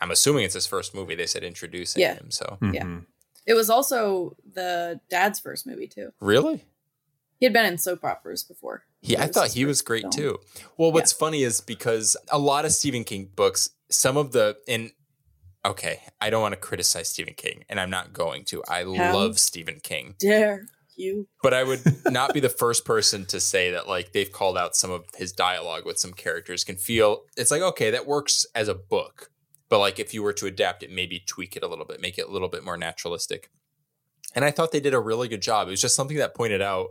F: I'm assuming it's his first movie. They said introducing
G: Yeah.
F: him. So
G: Yeah.
E: Mhm.
G: It was also the dad's first movie too.
F: really,
G: He had been in soap operas before.
F: he, I
G: It was
F: thought
G: his
F: he was
G: first
F: great
G: film.
F: too. Well, what's funny is because a lot of Stephen King books, some of the and okay, I don't want to criticize Stephen King, and I'm not going to. I love Stephen King.
G: Dare you?
F: but I would not be the first person to say that like they've called out some of his dialogue with some characters can feel it's like okay that works as a book but like if you were to adapt it maybe tweak it a little bit make it a little bit more naturalistic and I thought they did a really good job it was just something that pointed out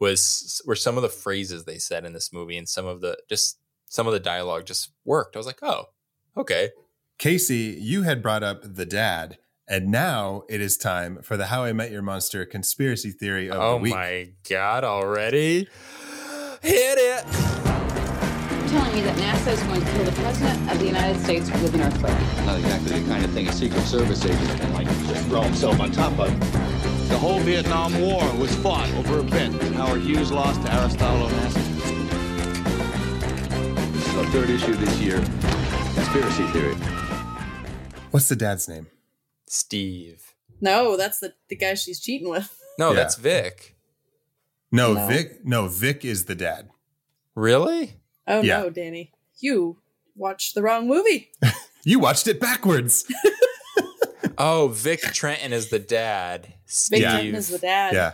F: was were some of the phrases they said in this movie and some of the just some of the dialogue just worked I was like oh okay
E: Casey, you had brought up the dad, and now it is time for the How I Met Your Monster conspiracy theory of the
F: oh
E: week.
F: my god already hit it
C: I'm telling you that NASA is going to kill the president of the United States with an earthquake.
I: Not exactly the kind of thing a Secret Service agent can like just throw himself on top of. The whole Vietnam War was fought over a bet that Howard Hughes lost to Aristotle Onassis. The third issue this year, conspiracy theory.
E: What's the dad's name?
F: Steve
G: No, that's the, the guy she's cheating with.
F: no
E: Yeah.
F: that's Vic
E: No,
G: No.
E: Vic. No, Vic is the dad.
F: Really?
G: Oh
E: Yeah.
G: no, Danny. You watched the wrong movie.
E: You watched it backwards.
F: Oh, Vic Trenton is the dad. Steve.
G: Big Trenton is the dad.
E: yeah.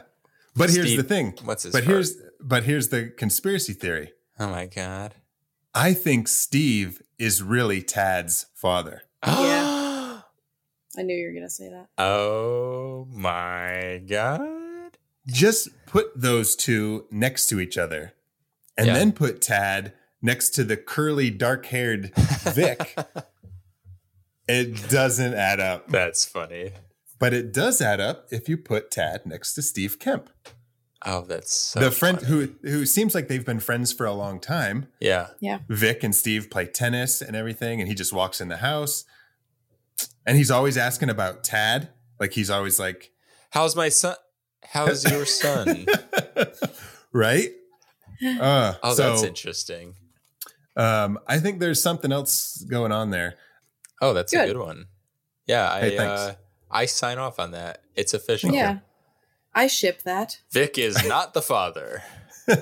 E: But here's
F: Steve-
E: the thing.
F: what's his
E: But
F: fir-
E: here's but here's the conspiracy theory.
F: Oh my god.
E: I think Steve is really Tad's father.
G: Yeah. I knew you were gonna say that.
F: oh my god.
E: Just put those two next to each other and
F: Yeah.
E: then put Tad next to the curly dark-haired Vic. it doesn't add up.
F: That's funny.
E: But it does add up if you put Tad next to Steve Kemp.
F: Oh, that's so
E: the friend
F: funny.
E: who who seems like they've been friends for a long time.
F: Yeah.
E: Vic and Steve play tennis and everything, and he just walks in the house. And he's always asking about Tad. Like he's always like,
F: How's my son? How's your son?
E: right? Uh,
F: Oh,
E: so
F: that's interesting.
E: um, I think there's something else going on there.
F: Oh, that's a
G: Good.
F: good one. Yeah, I
E: Hey, thanks.
F: uh, I sign off on that. It's official.
G: Yeah. I ship that.
F: Vic is not the father.
E: We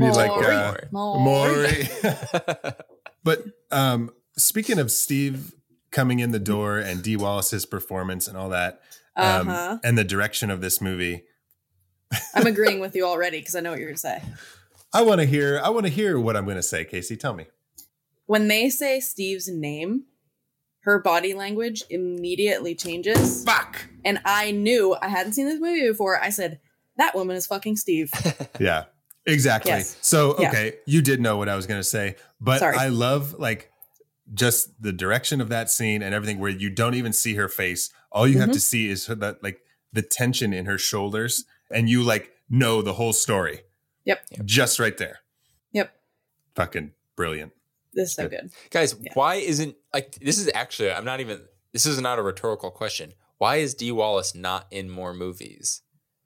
E: need like
G: Maury.
E: uh,
G: More.
E: Maury. but um, speaking of Steve coming in the door and D Wallace's performance and all that, um,
G: Uh-huh.
E: and the direction of this movie,
G: I'm agreeing with you already because I know what you're gonna say.
E: I want to hear. I want to hear what I'm going to say, Casey. Tell me.
G: When they say Steve's name, her body language immediately changes.
E: Fuck.
G: And I knew I hadn't seen this movie before. I said, That woman is fucking Steve.
E: Yeah, exactly.
G: Yes.
E: So,
G: Yeah.
E: okay, you did know what I was going to say, but
G: Sorry.
E: I love like just the direction of that scene and everything where you don't even see her face. All you have
G: Mhm.
E: to see is her, that like the tension in her shoulders, and you like know the whole story.
G: Yep.
E: Just right there.
G: Yep.
E: Fucking brilliant.
G: This is so good.
F: Guys,
G: Yeah.
F: why isn't like this is actually I'm not even this is not a rhetorical question. Why is D Wallace not in more movies?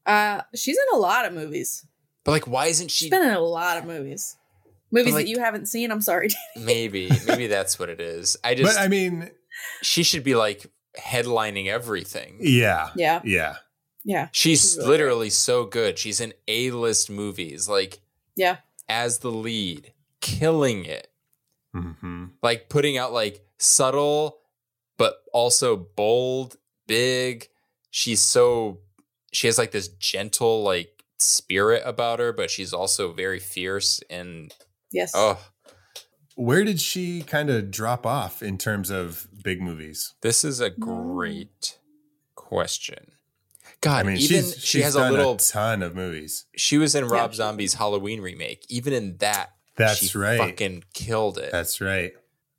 G: Uh, she's in a lot of movies.
F: But like why isn't she
G: She's been in a lot of movies. Movies
F: like-
G: that you haven't seen. I'm sorry.
F: maybe maybe that's what it is. I just
E: but I mean,
F: she should be like headlining everything.
E: yeah,
G: yeah.
E: yeah.
G: Yeah.
F: She's
G: She's really
F: literally so good. She's in A-list movies like
G: Yeah.
F: as the lead, killing it.
E: hmm
F: Like putting out like subtle but also bold, big. She's so she has like this gentle like spirit about her, but she's also very fierce and
G: Yes.
F: oh,
E: Where did she kind of drop off in terms of big movies?
F: this is a great question. God,
E: I mean,
F: even
E: she's, she's
F: she has a
E: done
F: little.
E: a ton of movies.
F: she was in Rob
G: Yeah.
F: Zombie's Halloween remake. Even in that,
E: That's
F: she
E: right.
F: Fucking killed it.
E: That's right.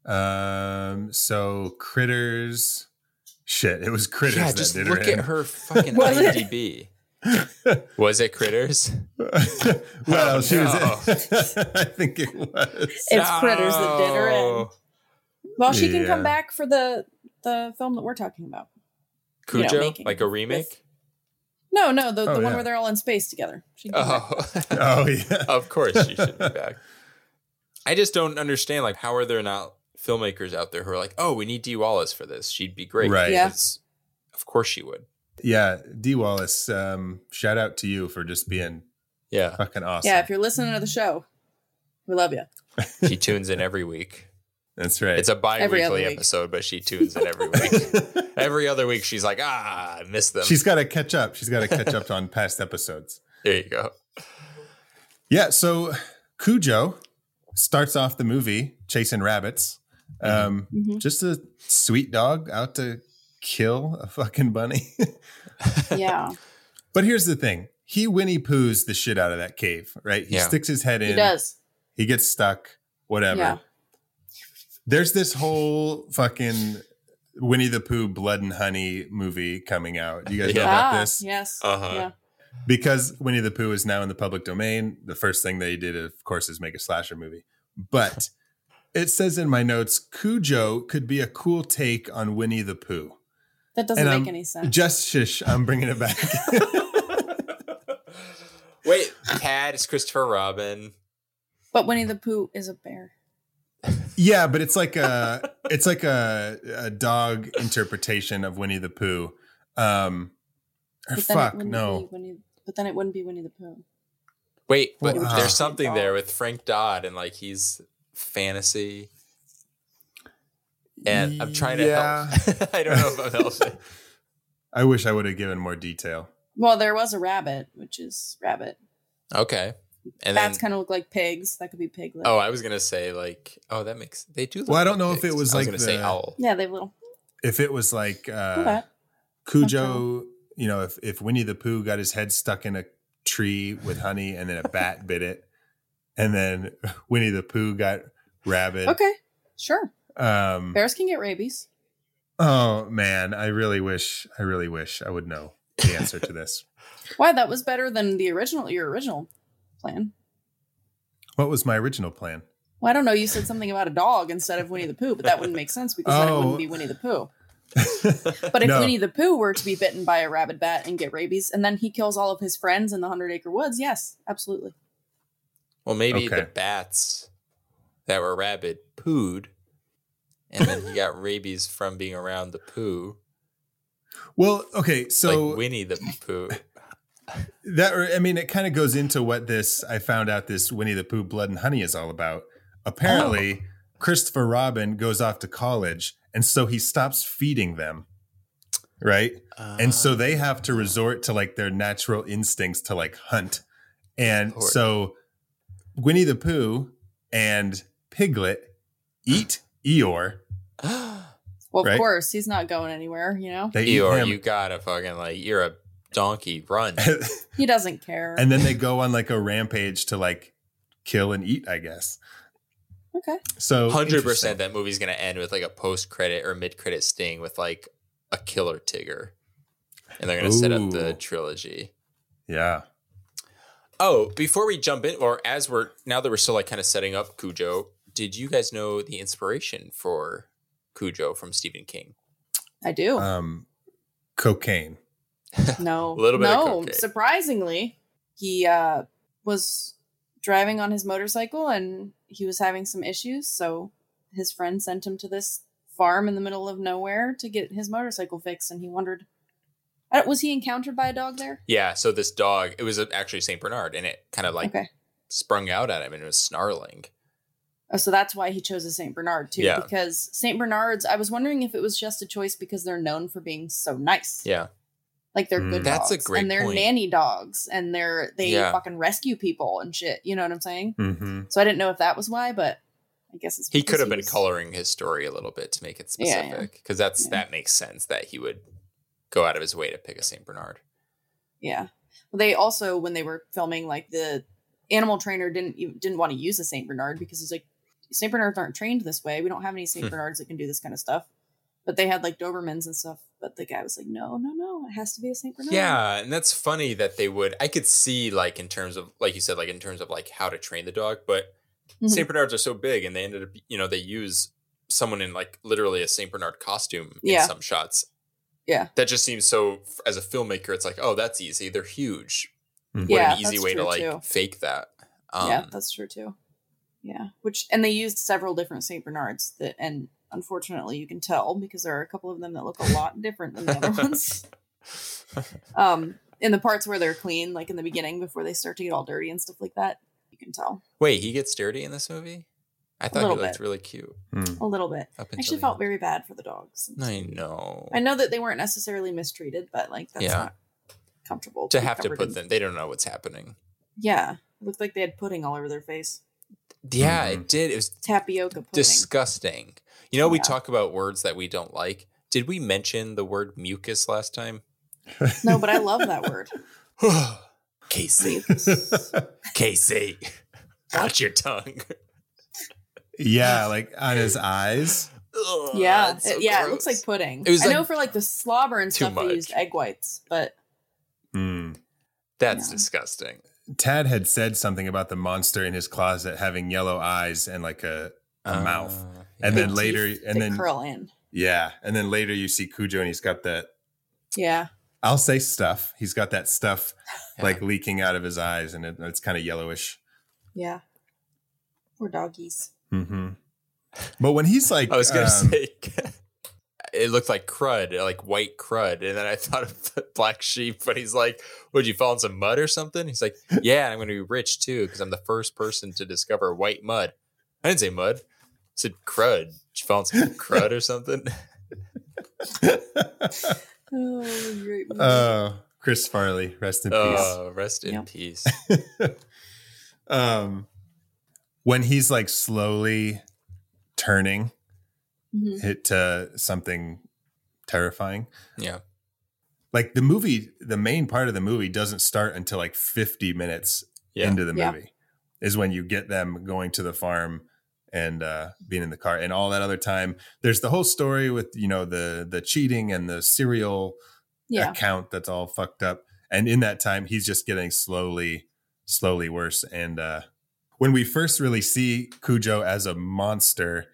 E: Um, so critters. Shit, it was critters
F: yeah,
E: that
F: just
E: did
F: look
E: her in.
F: at her fucking
G: Was it?
F: IMDb. was it Critters?
E: well,
F: Oh,
E: she was.
F: no.
E: I think it was.
G: it's Critters that did her in.
F: No.
G: Well, she can
E: Yeah.
G: come back for the the film that we're talking about. You know,
F: Cujo,
G: making
F: like a remake.
G: No, no, the,
E: Oh,
G: the one
E: yeah.
G: where they're all in space together. She can
F: Oh,
E: Oh yeah.
F: of course she should be back. I just don't understand. Like, how are there not filmmakers out there who are like, "Oh, we need Dee Wallace for this. She'd be great."
E: Right.
G: Yeah.
F: Because Of course she would.
E: Yeah, D Wallace, um, shout out to you for just being
F: Yeah.
E: fucking awesome.
G: Yeah, if you're listening to the show, we love you.
F: She tunes in every week.
E: That's right.
F: It's a
G: Every other
F: bi-weekly
G: week.
F: episode, but she tunes in every week. every other week, she's like, "Ah, I missed them."
E: She's got to catch up. She's got to catch up on past episodes.
F: there you go.
E: Yeah, so Cujo starts off the movie chasing rabbits.
F: Mm-hmm.
E: Um,
G: Mhm.
E: Just a sweet dog out to kill a fucking bunny.
G: Yeah,
E: but here's the thing he Winnie poos the shit out of that cave, right? He
F: Yeah.
E: sticks his head in,
G: he does.
E: he gets stuck, whatever.
G: Yeah.
E: There's this whole fucking Winnie the Pooh blood and honey movie coming out. You guys know
F: Yeah.
E: about
G: Ah,
E: this?
G: Yes.
F: Uh-huh.
G: Yeah.
E: because Winnie the Pooh is now in the public domain, the first thing they did, of course, is make a slasher movie. But it says in my notes, Cujo could be a cool take on Winnie the Pooh.
G: That doesn't
E: And,
G: make
E: um,
G: any sense.
E: Just shush, I'm bringing it back.
F: Wait, Tad is Christopher Robin.
G: But Winnie the Pooh is a bear.
E: yeah, but it's like a it's like a, a dog interpretation of Winnie the Pooh. Um, or
G: But then
E: fuck
G: it wouldn't
E: no.
G: Be Winnie, but then it wouldn't be Winnie the Pooh.
F: Wait, but
E: Wow.
F: there's something there with Frank Dodd and like he's fantasy. And I'm trying to help. I don't know if I'm helping.
E: I wish I would have given more detail.
G: Well, there was a rabbit, which is rabbit.
F: Okay. And
G: Bats
F: that's
G: kind of look like pigs. That could be piglet.
F: Oh, I was gonna say like, oh, that makes they do. Look
E: Well, I
F: like
E: don't know if
F: pigs.
E: it was
F: I was
E: like
F: gonna say
E: the-
F: owl.
G: yeah, they have little.
E: If it was like uh,
G: Okay.
E: Cujo, you know, if, if Winnie the Pooh got his head stuck in a tree with honey and then a bat bit it, and then Winnie the Pooh got rabid.
G: Okay. Sure.
E: Um,
G: Bears can get rabies.
E: oh man, I really wish, I really wish I would know the answer to this.
G: Why? That was better than the original. Your original plan.
E: What was my original plan?
G: Well, I don't know. You said something about a dog instead of Winnie the Pooh, but that wouldn't make sense because then it
E: Oh.
G: wouldn't be Winnie the Pooh. But if
E: No.
G: Winnie the Pooh were to be bitten by a rabid bat and get rabies, and then he kills all of his friends in the Hundred Acre Woods, yes, absolutely.
F: Well, maybe the
E: Okay.
F: bats that were rabid pooed, and then he got rabies from being around the poo,
E: Well, okay, so
F: like Winnie the Pooh.
E: that I mean, it kind of goes into what this I found out this Winnie the Pooh Blood and Honey is all about. Apparently,
F: Oh.
E: Christopher Robin goes off to college, and so he stops feeding them, right? and so
F: Ah.
E: they have to resort to like their natural instincts to like hunt. And
F: Lord.
E: so Winnie the Pooh and Piglet eat Eeyore.
G: Well, of
E: Right.
G: course, he's not going anywhere, you know?
E: They eat
F: Eeyore,
E: him.
F: you gotta fucking like you're a donkey. Run.
G: He doesn't care.
E: and then they go on like a rampage to like kill and eat, I guess.
G: okay.
E: So
F: Hundred
E: Oh, interesting.
F: percent. That movie's gonna end with like a post credit or mid credit sting with like a killer Tigger, and they're gonna set up the
E: Ooh.
F: trilogy.
E: Yeah.
F: Oh, before we jump in, or as we're now that we're still like kind of setting up Cujo, did you guys know the inspiration for Cujo from Stephen King?
G: I
F: Oh.
G: do.
E: um, cocaine.
F: a
G: no.
F: little bit of
G: No.
F: cocaine.
G: Surprisingly, he uh, was driving on his motorcycle and he was having some issues. So his friend sent him to this farm in the middle of nowhere to get his motorcycle fixed. And he wondered, I don't- was he encountered by a dog there?
F: Yeah, so this dog, it was uh, actually Saint Bernard, and it kind of like
G: okay.
F: sprung out at him and it was snarling.
G: Oh, so that's why he chose a Saint Bernard too,
F: Yeah.
G: because Saint Bernards. I was wondering if it was just a choice because they're known for being so nice.
F: Yeah,
G: Like they're
E: Mm.
G: good
F: That's a
G: dogs,
F: great
G: and they're
F: point.
G: nanny dogs and they're they
F: Yeah.
G: fucking rescue people and shit. You know what I'm saying?
E: Mm-hmm.
G: So I didn't know if that was why, but I guess it's
F: he
G: because
F: could have been
G: was-
F: coloring his story a little bit to make it
G: Yeah, yeah.
F: specific because that's
G: Yeah.
F: that makes sense that he would go out of his way to pick a Saint Bernard.
G: Yeah. Well, they also when they were filming, like the animal trainer didn't you didn't want to use a Saint Bernard because he's like Saint Bernards aren't trained this way. We don't have any Saint
F: Hmm.
G: Bernards that can do this kind of stuff. But they had like Dobermans and stuff. But the guy was like, no, no, no, it has to be a Saint Bernard.
F: Yeah, and that's funny that they would. I could see like in terms of like you said, like in terms of like how to train the dog, but
G: Mhm.
F: Saint Bernards are so big, and they ended up you know they use someone in like literally a Saint Bernard costume in
G: Yeah.
F: some shots,
G: Yeah.
F: That just seems so. As a filmmaker, it's like, oh, that's easy. They're huge. What
G: yeah,
F: an easy
G: that's
F: way to
G: true,
F: like
G: too.
F: fake that. Um,
G: yeah, that's true too. Yeah, which and they used several different Saint Bernards that, and unfortunately, you can tell because there are a couple of them that look a lot different than the other ones. Um, in the parts where they're clean, like in the beginning before they start to get all dirty and stuff like that, you can tell
F: Wait, he gets dirty in this movie. I thought he
G: little
F: looked
G: bit.
F: really cute.
G: a little bit.
F: Up
G: I
F: until
G: actually
F: the
G: felt
F: end.
G: very bad for the dogs.
F: I know.
G: I know that they weren't necessarily mistreated, but like that's
F: Yeah.
G: not comfortable
F: To
G: be
F: have to
G: covered
F: put
G: in-
F: them, they don't know what's happening.
G: Yeah, it looked like they had pudding all over their face.
F: Yeah,
G: Mm-hmm.
F: it did. It was
G: Tapioca pudding.
F: disgusting. You know, we
G: Yeah.
F: talk about words that we don't like. Did we mention the word mucus last time?
G: no, but I love that word.
F: Casey, Casey, watch your tongue.
E: yeah, like on his eyes.
F: Ugh,
G: Oh, Yeah,
F: it's so
G: it- yeah, it looks
F: gross.
G: like pudding.
F: It was
G: I know
F: like
G: for like the slobber and
F: too
G: stuff they used
F: much.
G: egg whites, but
E: Mm.
F: that's
G: Yeah.
F: disgusting.
E: Tad had said something about the monster in his closet having yellow eyes and like a, a
F: Uh,
E: mouth. And
F: yeah.
E: then later, and
G: they
E: then,
G: curl in.
E: yeah. And then later you see Cujo and he's got that,
G: Yeah,
E: I'll say stuff. He's got that stuff
F: Yeah.
E: like leaking out of his eyes and it, it's kind of yellowish.
G: yeah. Poor doggies.
E: Mm-hmm. But when he's like,
F: I was gonna
E: um,
F: say, it looked like crud, like white crud, and then I thought of the black sheep. But he's like, "Would you fall in some mud or something?" He's like, "Yeah, and I'm gonna be rich too because I'm the first person to discover white mud." I didn't say mud; I said crud. Did you fall in some crud or something?
G: Oh, great movie.
F: Uh,
E: oh, Chris Farley, rest in peace.
F: Oh, rest in
G: Yeah.
F: peace.
E: um when he's like slowly turning
G: Mhm.
E: it to something terrifying
F: Yeah,
E: like the movie the main part of the movie doesn't start until like 50 minutes
F: yeah.
E: into the
G: Yeah.
E: movie is when you get them going to the farm and uh being in the car and all that other time there's the whole story with you know the the cheating and the serial
G: yeah,
E: account that's all fucked up. And in that time, he's just getting slowly, slowly worse. And uh, when we first really see Cujo as a monster,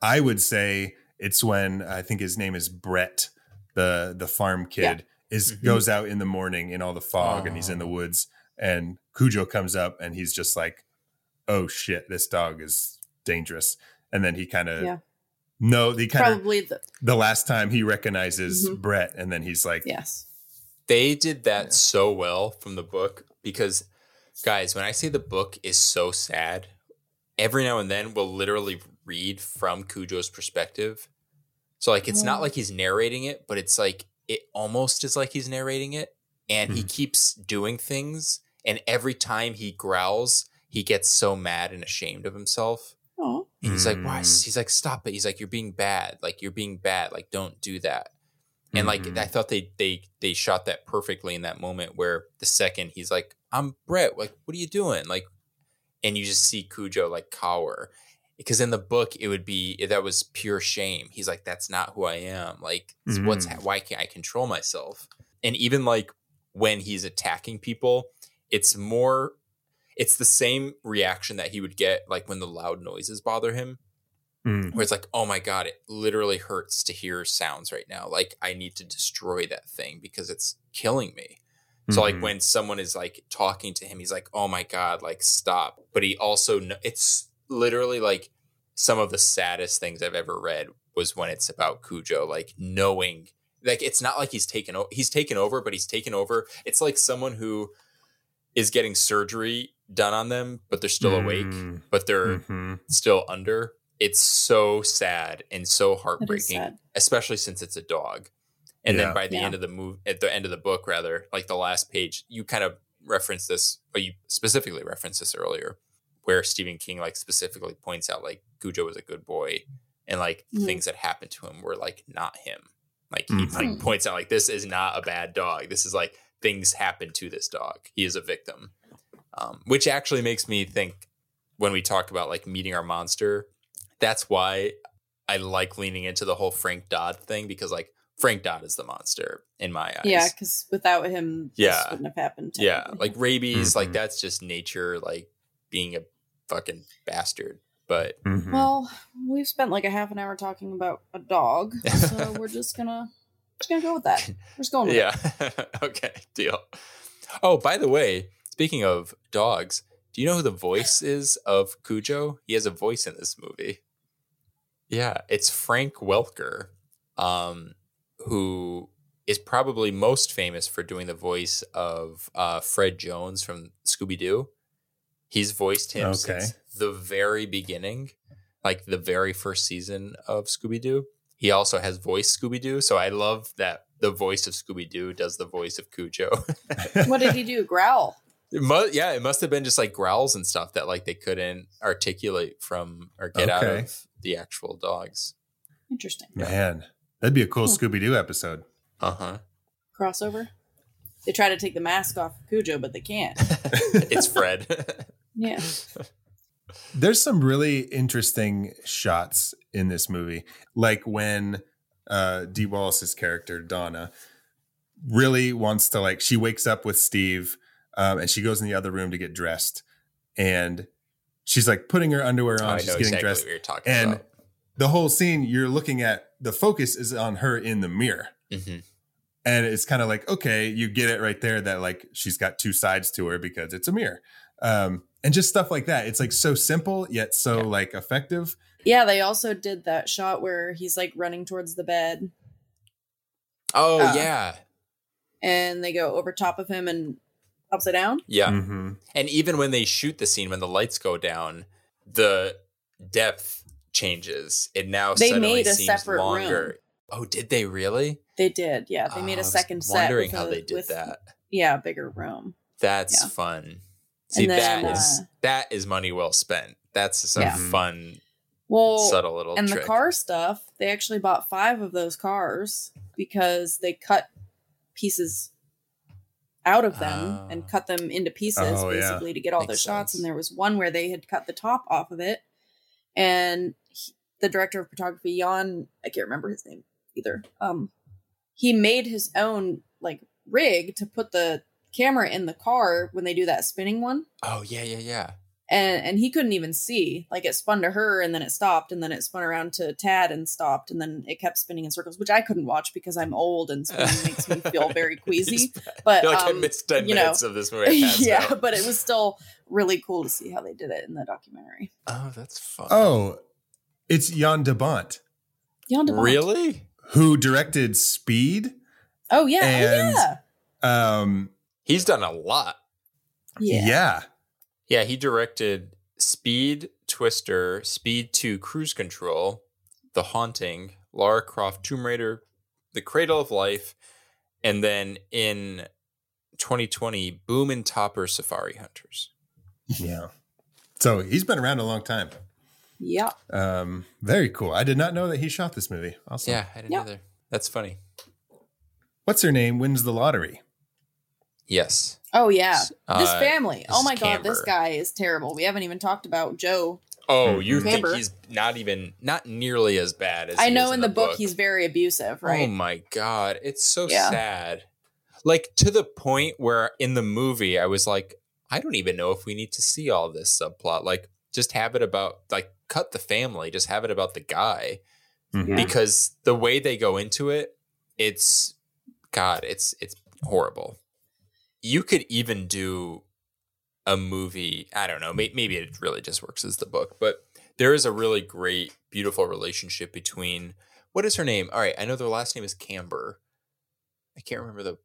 E: I would say it's when I think his name is Brett, the the farm kid, is
F: Mhm.
E: goes out in the morning in all the fog and he's in the
F: Oh.
E: woods. And Cujo comes up and he's just like, "Oh shit, this dog is dangerous." And then he kind of.
G: Yeah.
E: No, he kind of
G: probably the
E: the last time he recognizes
G: Mhm.
E: Brett, and then he's like,
G: yes.
F: they did that so well from the book because guys when i say the book is so sad every now and then we'll literally read from cujo's perspective so like it's not
G: Oh.
F: like he's narrating it but it's like it almost is like he's narrating it and he keeps doing things and every time he growls he gets so mad and ashamed of himself
G: Oh,
F: and he's like, why?
E: Mm.
F: He's like, stop it. He's like, you're being bad. Like you're being bad. Like don't do that. And like
E: Mhm.
F: I thought they they they shot that perfectly in that moment where the second he's like, I'm Brett. Like what are you doing? Like, and you just see Cujo like cower because in the book it would be that was pure shame. He's like, that's not who I am. Like it's what's
E: Mhm.
F: why can't I control myself? And even like when he's attacking people, it's more it's the same reaction that he would get like when the loud noises bother him
E: Mm.
F: where it's like oh my god it literally hurts to hear sounds right now like i need to destroy that thing because it's killing me so like
E: Mhm.
F: when someone is like talking to him he's like oh my god like stop but he also kn- it's literally like some of the saddest things i've ever read was when it's about cujo like knowing like it's not like he's taken over he's taken over but he's taken over it's like someone who is getting surgery done on them but they're still awake
E: Mm.
F: but they're
E: Mhm.
F: still under it's so sad and so
G: that is
F: heartbreaking
G: sad.
F: especially since it's a dog. And
E: Yeah.
F: then by the
G: Yeah.
F: end of the move, at the end of the book, rather, like the last page, you kind of reference this, or you specifically referenced this earlier, where Stephen King like specifically points out like Cujo was a good boy, and like
G: Mhm.
F: things that happened to him were like not him. Like he
E: Mhm.
F: like points out like this is not a bad dog. This is like things happened to this dog. He is a victim, um, which actually makes me think when we talk about like meeting our monster. That's why I like leaning into the whole Frank Dodd thing because like Frank Dodd is the monster in my eyes.
G: Yeah, because without him, this
F: Yeah.
G: wouldn't have happened.
F: Yeah.
G: technically.
F: Like rabies,
E: Mhm.
F: like that's just nature, like being a fucking bastard. But
E: Mhm.
G: well, we've spent like a half an hour talking about a dog, so we're just gonna just gonna go with that. We're just going with
F: Yeah. okay. Deal. Oh, by the way, speaking of dogs, do you know who the voice is of Cujo? He has a voice in this movie. Yeah, it's Frank Welker, um, who is probably most famous for doing the voice of uh, Fred Jones from Scooby Doo. He's voiced him since the very beginning, like the very first season of Scooby Doo he also has voice Scooby Doo. So I love that the voice of Scooby Doo does the voice of Cujo.
G: it. What did he do? Growl.
F: it mu- yeah, it must have been just like growls and stuff that like they couldn't articulate from or get out
E: Okay.
F: of the actual dogs.
G: Interesting.
E: Man, that'd be a cool Scooby Doo episode.
F: Uh huh.
G: Crossover. They try to take the mask off of Cujo, but they can't.
F: it's Fred.
G: Yeah.
E: There's some really interesting shots in this movie, like when uh, D. Wallace's character Donna really wants to like. She wakes up with Steve, um, and she goes in the other room to get dressed, and she's like putting her underwear
F: Oh, I know
E: on. she's
F: exactly
E: getting dressed,
F: what you're talking
E: and
F: about.
E: the whole scene you're looking at. The focus is on her in the mirror.
F: Mhm.
E: and it's kind of like okay you get it right there that like she's got two sides to her because it's a mirror um and just stuff like that it's like so simple yet so like effective
G: Yeah, they also did that shot where he's like running towards the bed
F: Oh
G: Uh,
F: yeah,
G: and they go over top of him and upside down.
F: yeah.
E: mm-hmm.
F: And even when they shoot the scene, when the lights go down, the depth changes. It now
G: They
F: suddenly
G: made a
F: seems
G: separate room.
F: longer. Oh, did they really?
G: They did. Yeah, they
F: Oh,
G: made
F: I
G: a
F: was
G: second set.
F: Wondering
G: with
F: how
G: a-
F: they did
G: with-
F: that.
G: Yeah, a bigger room.
F: That's
G: Yeah.
F: fun. See,
G: And then,
F: that is
G: uh,
F: that is money well spent. That's some
G: Yeah.
E: Mm-hmm.
F: fun,
G: Well,
F: subtle little
G: and
F: trick.
G: the car stuff they actually bought five of those cars because they cut pieces out of them
F: Ah.
G: and cut them into pieces
E: Oh, yeah.
G: basically to get all
F: Makes
G: their shots
F: sense.
G: and there was one where they had cut the top off of it and he- the director of photography jan i can't remember his name either um he made his own like rig to put the camera in the car when they do that spinning one
F: oh yeah, yeah, yeah.
G: and and he couldn't even see. Like it spun to her and then it stopped and then it spun around to Tad and stopped and then it kept spinning in circles, which I couldn't watch because I'm old and spinning makes me feel very queasy. But
F: You're like I
G: um,
F: missed ten
G: you know,
F: minutes of this movie. I passed
G: yeah,
F: out.
G: but it was still really cool to see how they did it in the documentary.
F: oh, that's fun.
E: oh it's jan de bont
G: Jan de Bont.
F: really?
E: who directed speed
G: Oh yeah,
E: And-
G: oh,
E: um
F: He's done a lot.
G: yeah,
E: yeah,
G: yeah.
F: Yeah, he directed Speed, Twister, Speed Two, Cruise Control, The Haunting, Lara Croft, Tomb Raider, The Cradle of Life, and then in 2020, Boom and Topper, Safari Hunters.
E: yeah so he's been around a long time
G: Yeah.
E: um very cool i did not know that he shot this movie also
F: Yeah, I didn't
G: Yeah.
F: either. That's funny.
E: what's her name wins the lottery
F: Yes.
G: Oh yeah. This
F: Uh,
G: family.
F: this
G: Oh
F: is
G: my god, this
F: Camber.
G: guy is terrible. We haven't even talked about Joe.
F: Oh, you
G: Remember-
F: think he's not even not nearly as bad as
G: I
F: he
G: know
F: is
G: in the, book, he's very abusive,
F: Oh
G: right?
F: my god, it's so
G: Yeah.
F: sad. Like to the point where in the movie I was like, I don't even know if we need to see all this subplot. Like just have it about like cut the family, just have it about the guy
E: Mhm.
C: Yeah.
F: because the way they go into it, it's god, it's it's horrible. You could even do a movie. I don't know. May, maybe it really just works as the book, but there is a really great, beautiful relationship between what is her name? All right, I know their last name is Camber. I can't remember the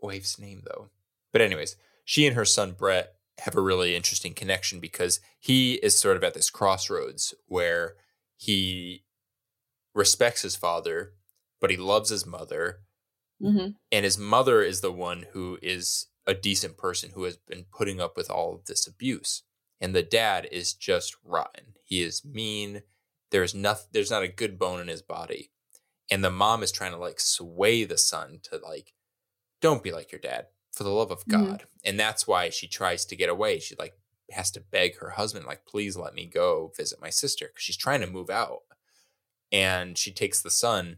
F: wife's name though. But anyways, she and her son Brett have a really interesting connection because he is sort of at this crossroads where he respects his father, but he loves his mother,
G: hmm
F: and his mother is the one who is a decent person who has been putting up with all of this abuse and the dad is just rotten he is mean there's nothing there's not a good bone in his body and the mom is trying to like sway the son to like don't be like your dad for the love of
G: Mhm.
F: god and that's why she tries to get away she like has to beg her husband like please let me go visit my sister because she's trying to move out and she takes the son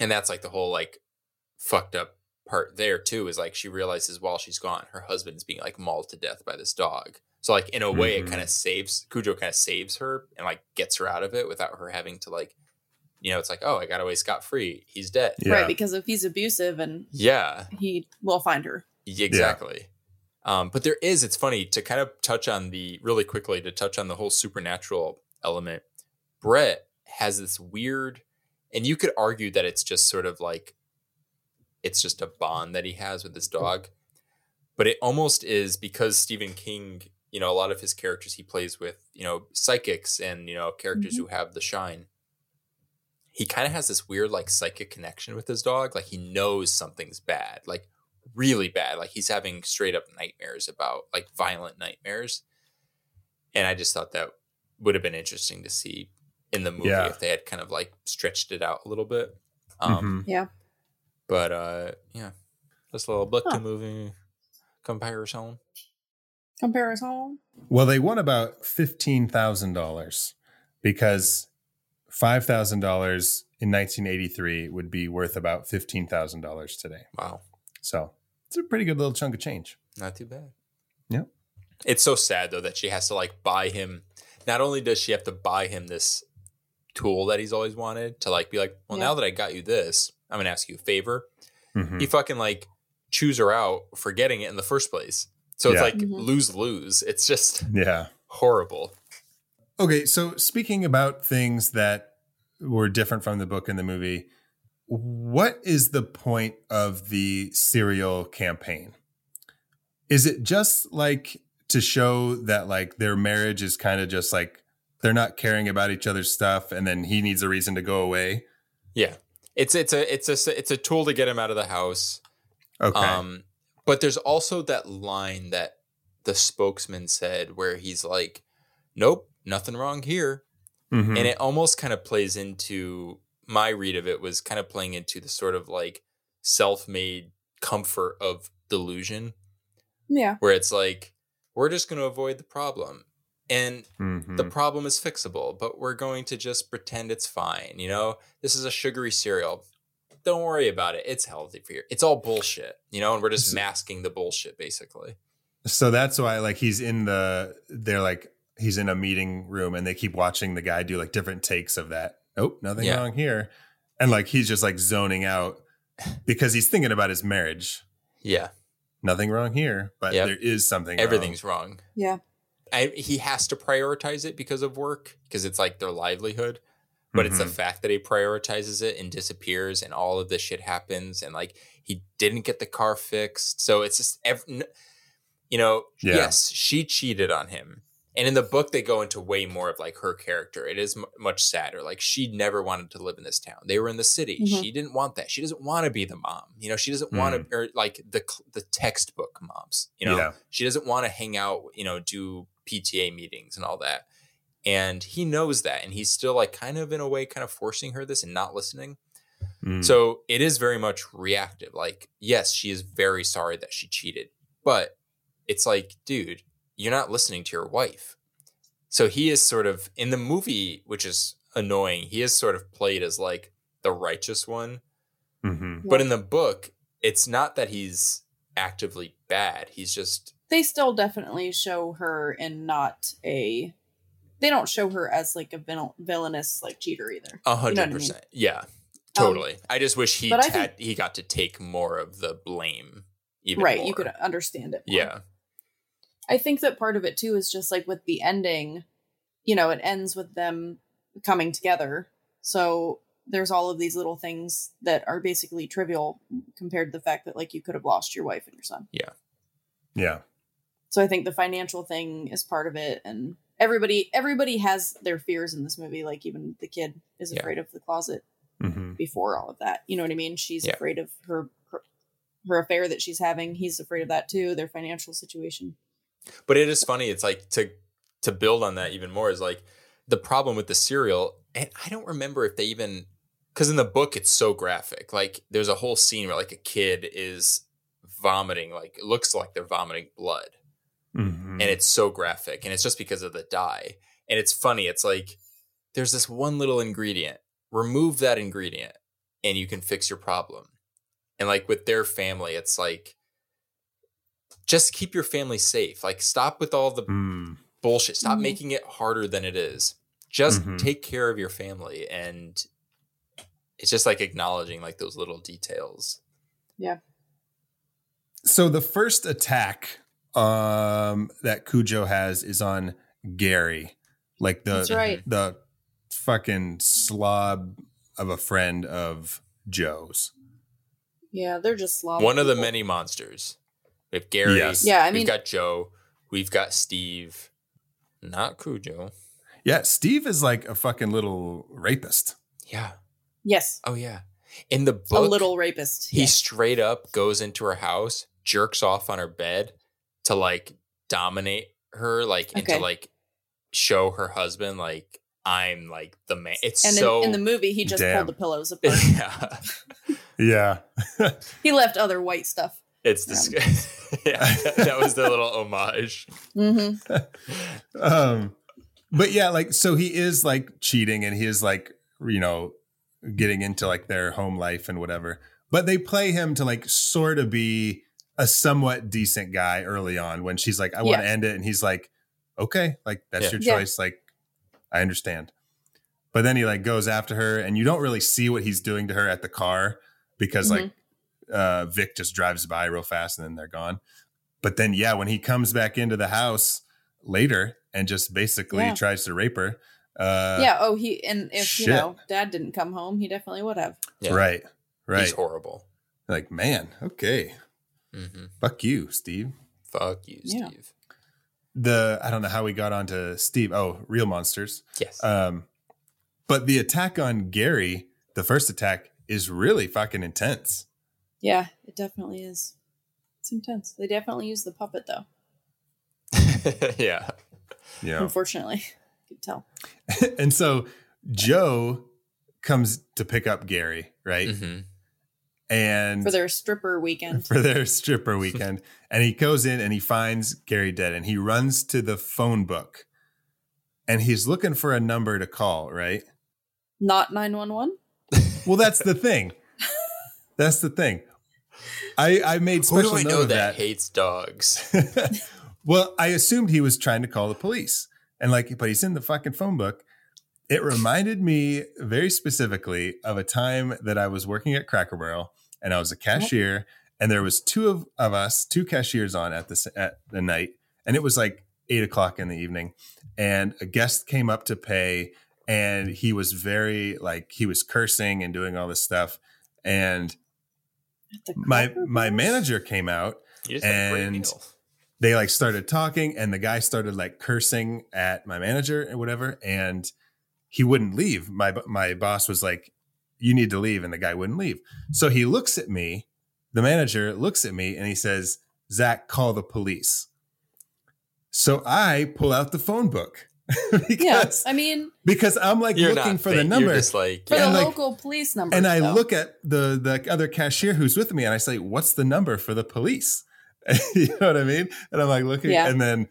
F: and that's like the whole like fucked up part there too is like she realizes while she's gone her husband is being like mauled to death by this dog so like in a way it
E: Mhm.
F: kind of saves cujo kind of saves her and like gets her out of it without her having to like You know, it's like, oh, I got away scot free. He's dead.
E: Yeah.
G: Right, because if he's abusive and
F: Yeah,
G: he will find her.
F: exactly. Um, but there is, it's funny to kind of touch on the really quickly to touch on the whole supernatural element. Brett has this weird, and you could argue that it's just sort of like it's just a bond that he has with his dog. But it almost is because Stephen King, you know, a lot of his characters he plays with, you know, psychics and, you know, characters who have the shine. He kind of has this weird, like, psychic connection with his dog. Like, he knows something's bad, like, really bad. Like, he's having straight up nightmares about, like, violent nightmares. And I just thought that would have been interesting to see in the movie
E: Yeah.
F: if they had kind of, like, stretched it out a little bit. Um,
E: Mhm.
G: Yeah.
F: but uh, yeah, that's a little book
G: Huh.
F: to movie comparison.
G: Compare us all.
E: Well, they won about fifteen thousand dollars because five thousand dollars in nineteen eighty three would be worth about fifteen thousand dollars today.
F: Wow,
E: So it's a pretty good little chunk of change.
F: not too bad.
E: Yep.
F: It's so sad though that she has to like buy him. Not only does she have to buy him this tool that he's always wanted to like be like, well,
G: Yeah.
F: now that I got you this, I'm gonna ask you a favor.
E: Mhm.
F: He fucking like chews her out for getting it in the first place. So
E: Yeah.
F: it's like
G: Mhm.
F: lose lose. It's just
E: Yeah.
F: horrible.
E: Okay, so speaking about things that were different from the book and the movie, what is the point of the serial campaign? Is it just like to show that like their marriage is kind of just like they're not caring about each other's stuff and then he needs a reason to go away?
F: Yeah. It's it's a it's a it's a tool to get him out of the house.
E: Okay.
F: Um, but there's also that line that the spokesman said where he's like, nope, nothing wrong here.
E: Mhm.
F: And it almost kind of plays into my read of it was kind of playing into the sort of like self made comfort of delusion
G: Yeah.
F: where it's like, we're just going to avoid the problem. And
E: Mhm.
F: the problem is fixable, but we're going to just pretend it's fine. You know, this is a sugary cereal. Don't worry about it. It's healthy for you. It's all bullshit, you know, and we're just masking the bullshit basically.
E: so that's why like he's in the they're like he's in a meeting room and they keep watching the guy do like different takes of that oh nothing
F: Yeah.
E: wrong here and like he's just like zoning out because he's thinking about his marriage
F: Yeah,
E: nothing wrong here but
F: Yep.
E: there is something wrong.
F: everything's wrong.
G: Yeah.
F: I, he has to prioritize it because of work, because it's like their livelihood. But it's the
E: Mhm.
F: fact that he prioritizes it and disappears, and all of this shit happens, and like he didn't get the car fixed. So it's just, ev- n- you know,
E: Yeah.
F: yes, she cheated on him. And in the book, they go into way more of like her character. It is m- much sadder. Like she never wanted to live in this town. They were in the city.
G: Mhm.
F: She didn't want that. She doesn't want to be the mom. You know, she doesn't want
E: Mm.
F: to, or like the cl- the textbook moms. You know,
E: Yeah.
F: she doesn't want to hang out. You know, do PTA meetings and all that. And he knows that, and he's still like kind of in a way, kind of forcing her this and not listening.
E: Mm.
F: So it is very much reactive. Like, yes, she is very sorry that she cheated, but it's like, dude, you're not listening to your wife. So he is sort of in the movie, which is annoying. He is sort of played as like the righteous one,
E: Mhm.
F: but in the book, it's not that he's actively bad. He's just
G: They still definitely show her in not a. They don't show her as like a vil- villainous like cheater either.
F: a
G: You know what I
F: hundred
G: mean? Um,
F: percent. Yeah, totally. I just wish he
G: but I
F: had
G: think-
F: he got to take more of the blame. Even
G: right, you
F: more.
G: could understand it. more.
F: Yeah,
G: I think that part of it too is just like with the ending, you know, it ends with them coming together. So there's all of these little things that are basically trivial compared to the fact that like you could have lost your wife and your son.
E: yeah
G: So I think the financial thing is part of it and everybody everybody has their fears in this movie like even the kid is
F: Yeah.
G: afraid of the closet
E: Mhm.
G: before all of that. You know what I mean? She's
F: Yeah.
G: afraid of her her affair that she's having. He's afraid of that too, their financial situation.
F: But it is funny. It's like to to build on that even more is like the problem with the serial, and I don't remember if they even because in the book it's so graphic. Like there's a whole scene where like a kid is vomiting, like it looks like they're vomiting blood,
E: Mhm.
F: and it's so graphic, and it's just because of the dye. And it's funny. It's like there's this one little ingredient. Remove that ingredient, and you can fix your problem. And like with their family, it's like just keep your family safe. Like stop with all the
E: Mm.
F: bullshit. Stop
G: Mhm.
F: making it harder than it is. Just
E: Mhm.
F: take care of your family and It's just like acknowledging like those little details.
E: So the first attack um, that Cujo has is on Gary, like the
G: That's right.
E: the fucking slob of a friend of Joe's.
G: Yeah, they're just sloppy.
F: One of the
G: people.
F: many monsters. We have Gary.
E: Yes.
G: Yeah, I mean-
F: we've got Joe. We've got Steve. Not Cujo.
E: Yeah, Steve is like a fucking little rapist.
F: Yeah.
G: Yes,
F: Oh yeah. In the
G: a
F: book,
G: little rapist.
F: he
G: Yeah.
F: straight up goes into her house, jerks off on her bed to like dominate her, like and to
G: Okay.
F: like show her husband like I'm like the man. It's
G: and
F: so
G: in, in the movie, he just
E: Damn.
G: pulled the pillows apart.
F: yeah.
E: Yeah.
G: he left other white stuff.
F: It's disgusting. yeah, that was the little homage.
G: Mm-hmm.
E: um but yeah like so he is like cheating and he is like you know getting into like their home life and whatever but they play him to like sort of be a somewhat decent guy early on when she's like i want to
G: Yeah.
E: end it and he's like okay like that's
F: Yeah.
E: your
G: Yeah.
E: choice like i understand but then he like goes after her and you don't really see what he's doing to her at the car because like
G: Mm-hmm.
E: uh vic just drives by real fast and then they're gone but then yeah when he comes back into the house later and just basically
G: Yeah.
E: tries to rape her uh
G: yeah. Oh, he and if
E: shit.
G: you know Dad didn't come home, he definitely would have.
F: Yeah.
E: right right
F: He's horrible.
E: like man okay
F: hmm
E: fuck you steve
F: Fuck you,
G: Yeah.
F: Steve.
E: the i don't know how we got onto steve oh real monsters
F: Yes.
E: um but the attack on gary the first attack is really fucking intense
G: Yeah, it definitely is. It's intense. They definitely use the puppet though.
F: yeah.
E: yeah
G: Unfortunately, you could tell.
E: and so joe comes to pick up gary right
F: hmm
E: and Mm.
G: for their stripper weekend.
E: for their stripper weekend. and he goes in and he finds Gary dead and he runs to the phone book and he's looking for a number to call, right?
G: Not 911?
E: Well, that's the thing. That's the thing. I, I made
F: Who
E: special
F: do I
E: note
F: know
E: of
F: that
E: that.
F: hates dogs?
E: well, I assumed he was trying to call the police. And like, but he's in the fucking phone book. It reminded me very specifically of a time that I was working at Cracker Barrel and I was a cashier and there was two of, of us, two cashiers on at this at the night. And it was like eight o'clock in the evening. And a guest came up to pay and he was very like he was cursing and doing all this stuff. And
G: At the
E: my
G: Cracker
E: my
G: Barrel?
E: manager came out
F: You just had a great
E: And-
F: meal.
E: they like started talking and the guy started like cursing at my manager and whatever and he wouldn't leave my my boss was like you need to leave and the guy wouldn't leave so he looks at me the manager looks at me and he says zach call the police so i pull out the phone book
G: Yeah,
E: because,
G: I mean,
E: because i'm like
F: You're
E: looking
F: not
E: for the
F: fake.
E: number
F: You're just like,
G: for
F: yeah.
E: Yeah,
G: the
E: like-
G: local police number.
E: and I look at the the other cashier who's with me, and I say, "What's the number for the police?" you know what I mean? And I'm like looking,
G: Yeah.
E: and then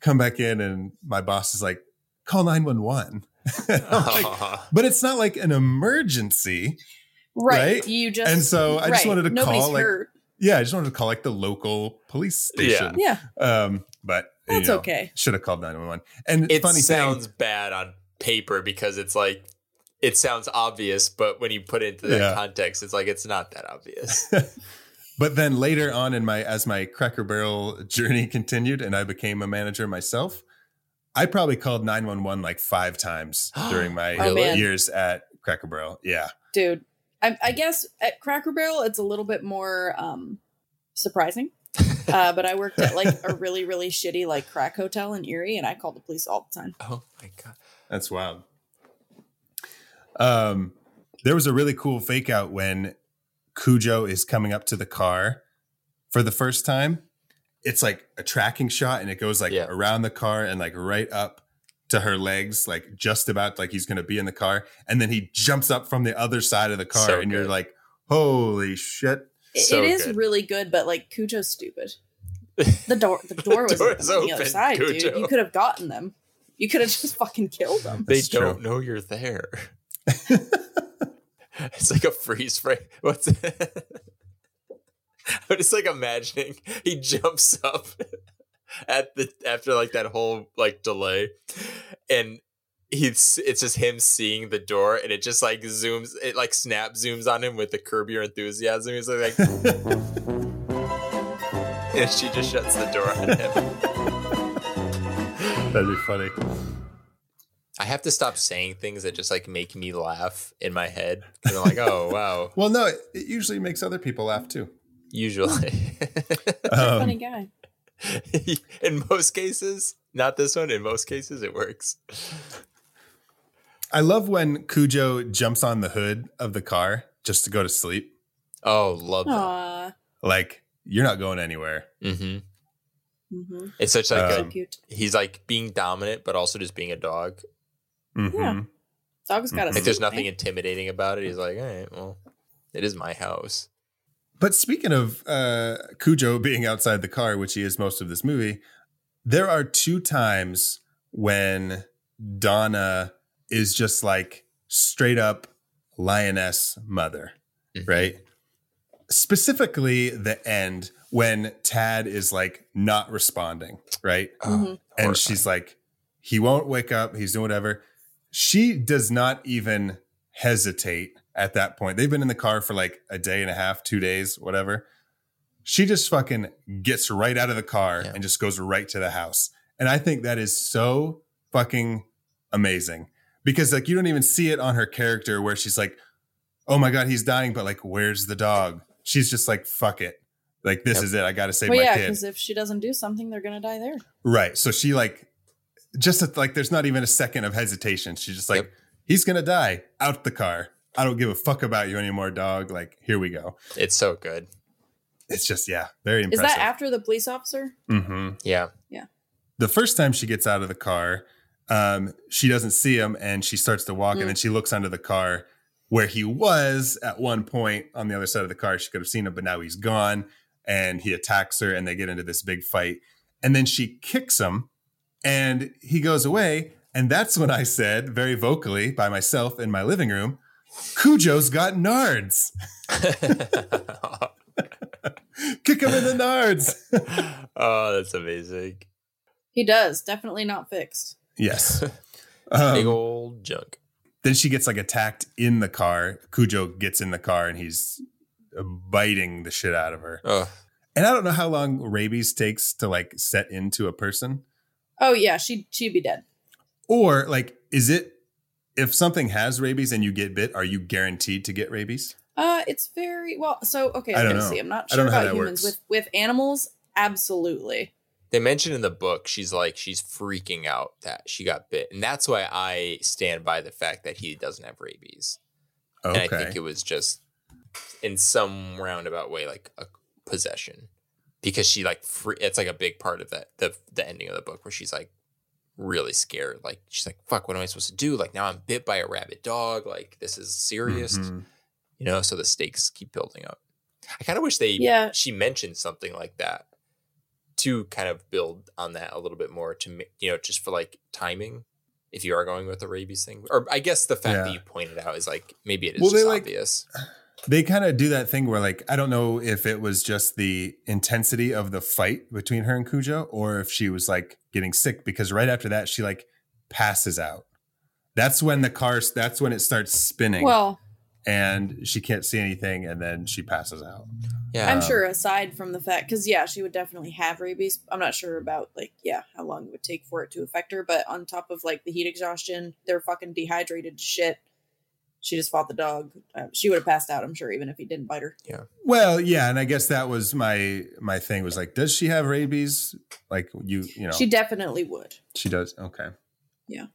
E: come back in, and my boss is like, "Call nine one one." But it's not Oh, like an emergency,
G: right.
E: right?
G: You just
E: and so I just
G: right,
E: wanted to
G: nobody's
E: call, like,
G: hurt.
E: yeah, I just wanted to call like the local police station.
G: yeah,
E: Um, but
G: That's okay.
E: Should have called nine one one. And
F: it
E: funny thing,
F: sounds bad on paper because it's like it sounds obvious, but when you put it into that
E: Yeah.
F: context, it's like it's not that obvious.
E: But then later on in my as my Cracker Barrel journey continued and I became a manager myself, I probably called 911 like 5 times during my
G: Oh, man.
E: years at Cracker Barrel. Yeah.
G: dude. I, I guess at Cracker Barrel it's a little bit more um, surprising. uh, but I worked at like a really really shitty like crack hotel in Erie, and I called the police all the time.
F: oh my god!
E: That's wild. Um there was a really cool fake out when Cujo is coming up to the car for the first time. It's like a tracking shot and it goes like
F: Yeah.
E: around the car and like right up to her legs, like just about like he's gonna be in the car. And then he jumps up from the other side of the car
F: So
E: and you're
F: good.
E: like, holy shit.
G: It-
F: So
G: it is
F: good.
G: really good, but like Cujo's stupid. The door the door was
F: Door
G: open
F: is
G: on the other
F: open,
G: side, dude.
F: Cujo.
G: You could have gotten them. You could have just fucking killed them.
F: They
E: That's
F: don't know you're there. it's like a freeze frame. What's it? I'm just like imagining he jumps up at the after like that whole like delay, and he's it's just him seeing the door and it just like zooms it like snap zooms on him with the curb your enthusiasm he's like, and she just shuts the door on him
E: That'd be funny.
F: i have to stop saying things that just like make me laugh in my head 'Cause i'm like oh wow
E: Well, no, it, it usually makes other people laugh too.
F: usually
G: a
E: Um,
G: funny guy.
F: in most cases not this one in most cases it works
E: I love when Cujo jumps on the hood of the car just to go to sleep.
F: oh love that
G: Aww.
E: Like, you're not going anywhere.
F: hmm
G: hmm
F: it's such like
G: So
E: Um,
G: cute.
F: a, he's like being dominant but also just being a dog
E: Mhm.
G: Yeah. Dog's got a eh?
F: Like there's nothing
G: in-
F: intimidating about it. He's like, all right, well, it is my house.
E: But speaking of uh, Cujo being outside the car, which he is most of this movie, there are two times when Donna is just like straight up lioness mother,
F: Mhm.
E: right? Specifically, the end when Tad is like not responding, right?
G: Mhm.
E: and she's like, he won't wake up. He's doing whatever. She does not even hesitate at that point. They've been in the car for like a day and a half, two days, whatever. She just fucking gets right out of the car
F: Yeah.
E: and just goes right to the house. And I think that is so fucking amazing because like you don't even see it on her character where she's like, oh my God, he's dying, but like, where's the dog? She's just like, fuck it. Like, this
F: Yep.
E: is it. I got to save
G: Well,
E: my
G: yeah,
E: kid.
G: because if she doesn't do something, they're gonna die there.
E: Right. So she like just at, like there's not even a second of hesitation. She's just like,
F: Yep.
E: he's gonna die. Out the car. I don't give a fuck about you anymore, dog. Like, here we go.
F: It's so good.
E: It's just yeah, very
G: Is
E: impressive.
G: that after the police officer?
E: hmm
F: Yeah.
E: The first time she gets out of the car, um, she doesn't see him and she starts to walk, and then she looks under the car where he was at one point on the other side of the car. She could have seen him, but now he's gone, and he attacks her, and they get into this big fight, and then she kicks him, and he goes away. And that's when I said very vocally by myself in my living room, Cujo's got nards. Kick him in the nards.
F: oh, that's amazing.
G: He does. Definitely not fixed.
E: yes.
F: Big
E: Um,
F: old junk.
E: then she gets like attacked in the car. Cujo gets in the car and he's uh, biting the shit out of her.
F: Oh,
E: And I don't know how long rabies takes to like set into a person.
G: Oh yeah, she she'd be dead.
E: Or like, is it if something has rabies and you get bit, are you guaranteed to get rabies?
G: Uh, it's very well. So okay,
E: I
G: I
E: don't
G: don't
E: know.
G: see. I'm not
E: I
G: sure
E: don't know how
G: about
E: that
G: humans
E: works.
G: with with animals. Absolutely.
F: they mentioned in the book she's like she's freaking out that she got bit, and that's why I stand by the fact that he doesn't have rabies.
E: Okay.
F: And I think it was just in some roundabout way like a possession because she like free, it's like a big part of that the the ending of the book where she's like really scared like she's like fuck what am I supposed to do like now I'm bit by a rabid dog like this is serious
E: Mhm.
F: you know so the stakes keep building up I kind of wish they
G: Yeah.
F: she mentioned something like that to kind of build on that a little bit more to ma- you know just for like timing if you are going with the rabies thing or I guess the fact
E: Yeah.
F: that you pointed out is like maybe it is
E: Well, they,
F: just
E: like,
F: obvious
E: They kind of do that thing where like, I don't know if it was just the intensity of the fight between her and Cujo or if she was like getting sick because right after that, she like passes out. That's when the car, that's when it starts spinning.
G: Well,
E: and she can't see anything and then she passes out
F: Yeah.
G: I'm sure. Aside from the fact, because yeah, she would definitely have rabies. I'm not sure about like yeah how long it would take for it to affect her. But on top of like the heat exhaustion, they're fucking dehydrated to shit. She just fought the dog. Um, she would have passed out. I'm sure even if he didn't bite her.
E: well yeah and i guess that was my my thing was like does she have rabies like you you know
G: She
E: she,
G: definitely would.
E: does okay
G: Yeah.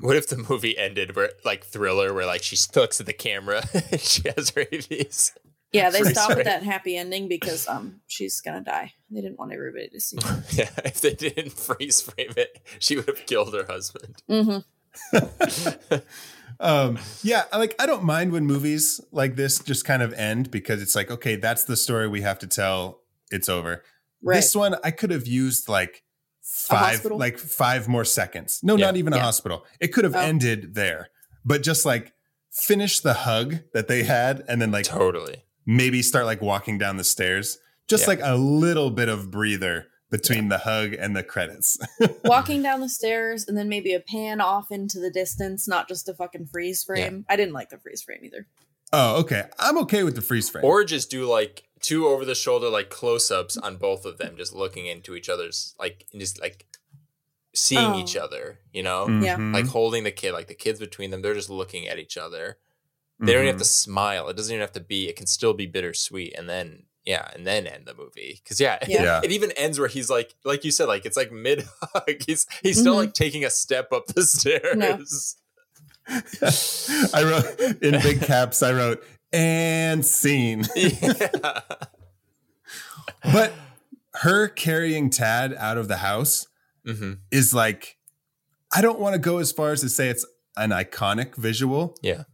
F: What if the movie ended where like thriller where like she looks at the camera and she has rabies?
G: Yeah, they
F: Sorry,
G: stopped
F: sorry.
G: at that happy ending because um she's gonna die. They didn't want everybody to see.
F: yeah, if they didn't freeze frame it, she would have killed her husband.
G: Mm-hmm.
E: um yeah I like i don't mind when movies like this just kind of end because it's like okay that's the story we have to tell it's over
G: Right.
E: this one i could have used like five
G: hospital?
E: like five more seconds no
F: Yeah.
E: not even a
G: Yeah.
E: hospital it could have
G: Oh.
E: ended there but just like finish the hug that they had and then like
F: Totally.
E: maybe start like walking down the stairs just
F: Yeah.
E: like a little bit of breather between the hug and the credits.
G: Walking down the stairs and then maybe a pan off into the distance, not just a fucking freeze frame. I didn't like the freeze frame either.
E: oh, okay. I'm okay with the freeze frame.
F: Or just do like two over the shoulder like close ups on both of them, just looking into each other's like and just like seeing
G: Oh. Mm-hmm.
F: each other, you know?
G: yeah.
E: Mhm.
F: Like holding the kid, like the kids between them, they're just looking at each other.
E: Mm-hmm.
F: They don't even
G: Mm-hmm.
F: have to smile. It doesn't even have to be. It can still be bittersweet, and then yeah, and then end the movie. Because yeah,
G: Yeah.
E: Yeah.
F: it even ends where he's like, like you said, like it's like mid hug. He's he's still
G: Mhm.
F: like taking a step up the stairs.
E: I wrote in big caps. I wrote and scene.
F: yeah.
E: But her carrying Tad out of the house
F: hmm
E: is like, I don't want to go as far as to say it's an iconic visual.
F: Yeah.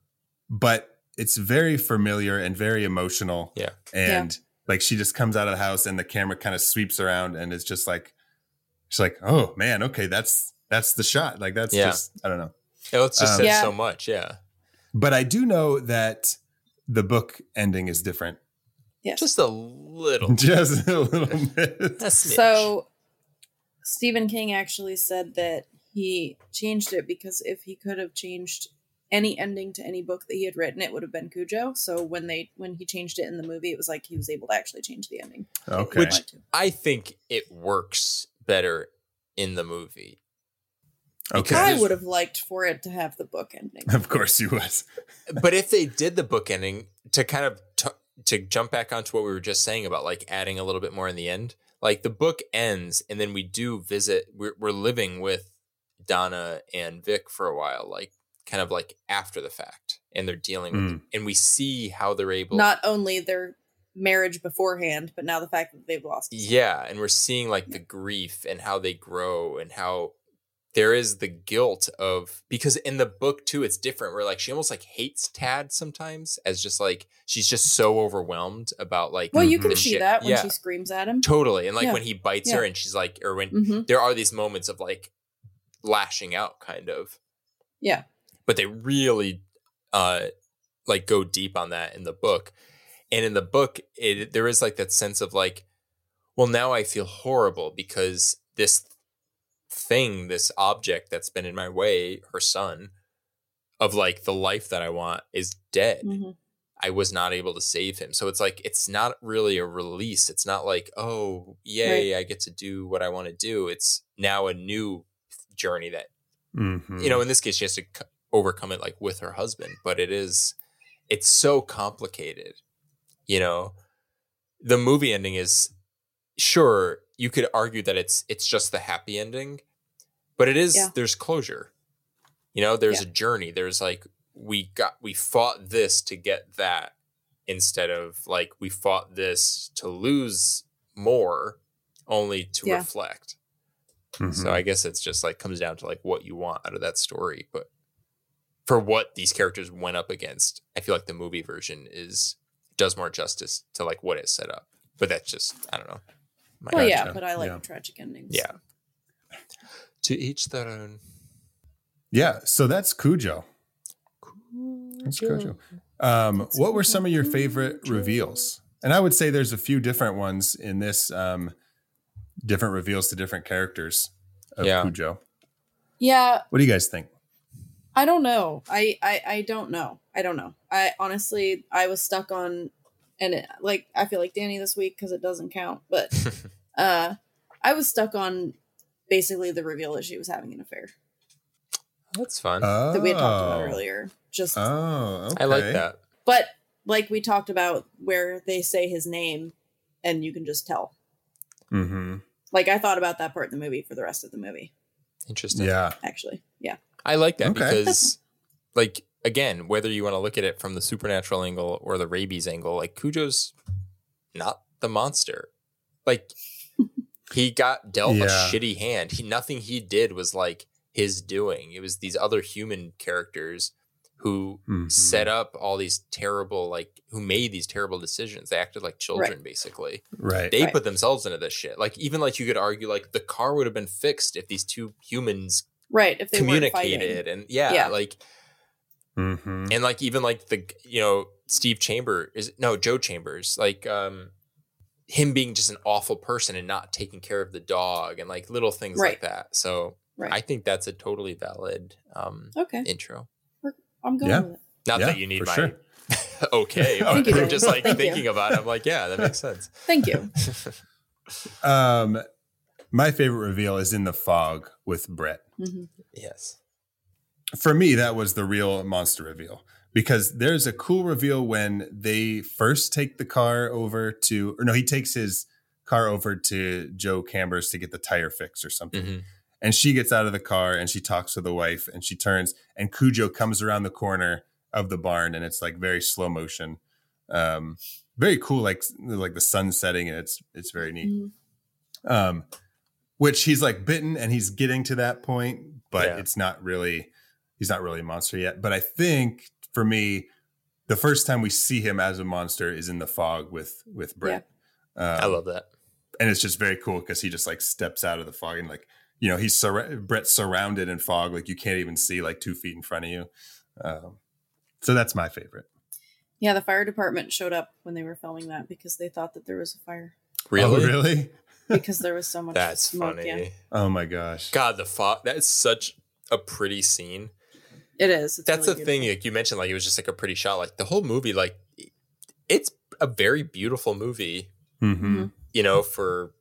E: But it's very familiar and very emotional.
F: Yeah.
E: And like she just comes out of the house and the camera kind of sweeps around and it's just like, she's like, oh man, okay, that's that's the shot. Like that's
F: Yeah.
E: just, I don't know.
F: Yeah, It's just
E: Um,
F: says
G: Yeah.
F: so much. Yeah.
E: But I do know that the book ending is different.
G: Yes.
F: Just a little.
E: Just a little bit.
F: a smidge.
G: So Stephen King actually said that he changed it because if he could have changed any ending to any book that he had written, it would have been Cujo. So when they when he changed it in the movie, it was like he was able to actually change the ending.
E: Okay.
F: Which- I think it works better in the movie.
E: okay.
G: I would have liked for it to have the book ending.
E: Of course you was.
F: but if they did the book ending to kind of t- to jump back onto what we were just saying about like adding a little bit more in the end like the book ends and then we do visit we're, we're living with donna and vic for a while like kind of like after the fact and they're dealing with
E: Mm.
F: and we see how they're able
G: Not only their marriage beforehand, but now the fact that they've lost.
F: yeah and we're seeing like the grief and how they grow and how there is the guilt of because in the book too it's different where like she almost like hates tad sometimes as just like she's just so overwhelmed about like
G: Well, you
E: Mhm.
G: can
F: the
G: see
F: Mm-hmm. shit.
G: that when
F: yeah
G: she screams at him.
F: totally and like
G: Yeah.
F: when he bites her
G: Yeah.
F: and she's like or when
G: hmm
F: there are these moments of like lashing out kind of
G: Yeah.
F: but they really uh like go deep on that in the book and in the book it there is like that sense of like well now i feel horrible because this thing this object that's been in my way her son of like the life that i want is dead
G: hmm
F: I was not able to save him. So it's like it's not really a release. It's not like, oh, yay, I get to do what I want to do. It's now a new journey that
E: Mhm.
F: you know, in this case she has to c- overcome it like with her husband, but it is it's so complicated. You know, the movie ending is sure, you could argue that it's it's just the happy ending, but it is
G: Yeah.
F: there's closure. You know, there's a journey. There's like we got we fought this to get that instead of like we fought this to lose more only to
G: Yeah.
F: reflect.
E: Mhm.
F: So I guess it's just like comes down to like what you want out of that story, but for what these characters went up against, I feel like the movie version is does more justice to like what it set up. But that's just I don't know. My
G: Well, yeah,
E: Gotcha.
G: but I like
E: Yeah.
G: tragic endings.
F: Yeah. To each their own.
E: yeah, so that's Cujo. That's Cujo. Um, what were some of your favorite reveals? And I would say there's a few different ones in this, um, different reveals to different characters of
F: Yeah.
E: Cujo.
G: Yeah,
E: What do you guys think?
G: I don't know. I, I I don't know. I don't know. I honestly I was stuck on and it, like I feel like Danny this week cuz it doesn't count, but uh I was stuck on basically the reveal that she was having an affair
F: That's fun.
E: Oh,
G: that we had talked about earlier. Just
E: Oh, okay.
F: I like that.
G: but like we talked about where they say his name and you can just tell.
E: hmm
G: Like I thought about that part in the movie for the rest of the movie
F: Interesting.
E: Yeah,
G: actually. Yeah.
F: I like that
E: Okay.
F: because, like, again, whether you want to look at it from the supernatural angle or the rabies angle, like Cujo's not the monster. Like, he got dealt a
E: Yeah.
F: shitty hand. He nothing he did was like his doing. It was these other human characters who
E: Mhm.
F: set up all these terrible, like, who made these terrible decisions. They acted like children, basically
E: Mm-hmm. right.
F: they
G: Right.
F: put themselves into this shit. Like even like you could argue like the car would have been fixed if these two humans
G: Right, if they
F: communicated and yeah,
G: Yeah.
F: like
E: hmm
F: and like even like the you know Steve Chamber is no Joe Chambers like um him being just an awful person and not taking care of the dog and like little things like
G: Right.
F: that. So
G: Right.
F: I think that's a totally valid um,
G: okay.
F: intro.
G: I'm going
E: Yeah.
G: with it.
F: Not
E: Yeah,
F: that you need
E: for
F: my
E: sure.
F: okay,
G: Thank
F: but
G: you,
F: I'm
G: Dave.
F: just like
G: Thank you.
F: thinking about it. I'm like, yeah, that makes sense.
G: Thank you.
E: Um, my favorite reveal is in the fog with Brett.
G: hmm
F: yes.
E: for me, that was the real monster reveal because there's a cool reveal when they first take the car over to, or no, he takes his car over to Joe Cambers to get the tire fix or something.
F: Mhm.
E: And she gets out of the car and she talks to the wife and she turns and Cujo comes around the corner of the barn and it's like very slow motion. Um, very cool, like like the sun setting and it's it's very neat.
G: Mhm.
E: Um, which he's like bitten and he's getting to that point, but
F: Yeah.
E: it's not really he's not really a monster yet. But I think for me, the first time we see him as a monster is in the fog with with Brett. Um,
F: I love that.
E: and it's just very cool because he just like steps out of the fog and like you know he's sur- Brett's surrounded in fog, like you can't even see like two feet in front of you. Um, so that's my favorite.
G: Yeah, the fire department showed up when they were filming that because they thought that there was a fire
F: Really?
E: Oh, really?
G: because there was so much
F: That's
G: smoke.
F: funny.
G: Yeah.
E: Oh my gosh!
F: God, the fog. That's such a pretty scene.
G: It is. It's
F: That's
G: really
F: the thing. Like you mentioned, like it was just like a pretty shot. Like the whole movie, like it's a very beautiful movie.
E: Mhm.
G: Mm-hmm.
F: You know, for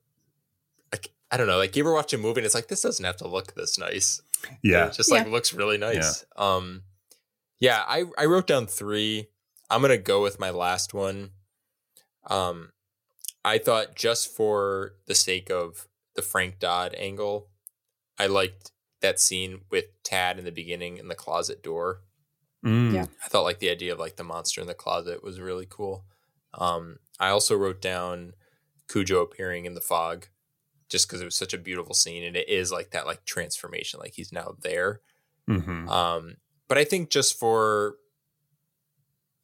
F: like I don't know. Like you ever watch a movie and it's like this doesn't have to look this nice.
E: Yeah.
F: It just
G: Yeah.
F: like looks really nice. Um, yeah. I I wrote down three. I'm gonna go with my last one. Um, I thought just for the sake of the Frank Dodd angle, I liked that scene with Tad in the beginning in the closet door.
E: Mm.
G: Yeah.
F: I thought like the idea of like the monster in the closet was really cool. Um, I also wrote down Cujo appearing in the fog just because it was such a beautiful scene and it is like that like transformation, like he's now there.
E: Mhm.
F: Um, but I think just for,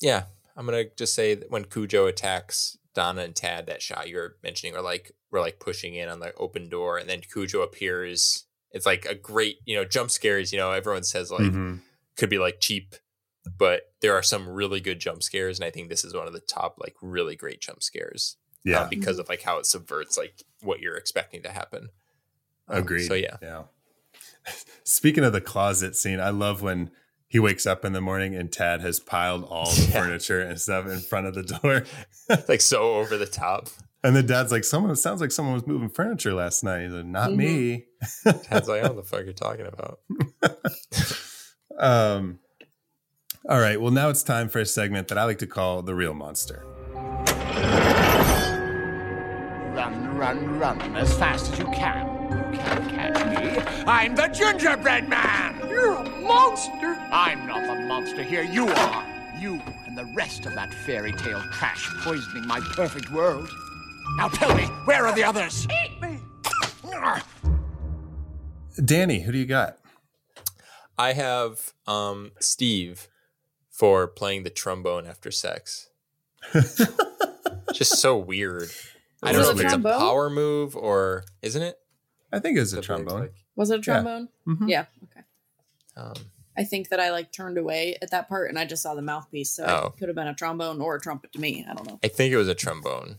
F: yeah, I'm gonna just say that when Cujo attacks Donna and Tad, that shot you were mentioning, or like we're like pushing in on the open door, and then Cujo appears. It's like a great, you know, jump scares. You know, everyone says like
E: Mhm.
F: could be like cheap, but there are some really good jump scares, and I think this is one of the top like really great jump scares. uh,
E: Yeah.
F: because of like how it subverts like what you're expecting to happen. Um,
E: Agreed.
F: so yeah,
E: Yeah. Speaking of the closet scene, I love when he wakes up in the morning and Tad has piled all the
F: Yeah.
E: furniture and stuff in front of the door.
F: like so over the top.
E: And the dad's like, someone it sounds like someone was moving furniture last night. He's like, not
F: Mm-hmm.
E: me.
F: Tad's like, "Oh, the fuck you're talking about?"
E: Um all right. Well, now it's time for a segment that I like to call the real monster.
I: Run, run, run as fast as you can. You can't catch me. I'm the gingerbread man. You're a monster. I'm not the monster here. You are. You and the rest of that fairy tale trash poisoning my perfect world. Now tell me, where are the others? Eat me.
E: Danny, who do you got?
F: I have um Steve for playing the trombone after sex. Just so weird. I don't
E: Was
F: know
E: it
F: if it's a
G: trombone?
F: power move or isn't it?
E: I think it's a
F: The big,
E: trombone.
F: like,
G: Was it a
E: Yeah.
G: trombone?
E: Mhm.
G: Yeah. Okay.
F: um,
G: I think that I like turned away at that part and I just saw the mouthpiece. So
F: Oh.
G: it could have been a trombone or a trumpet to me. I don't know.
F: I think it was a trombone.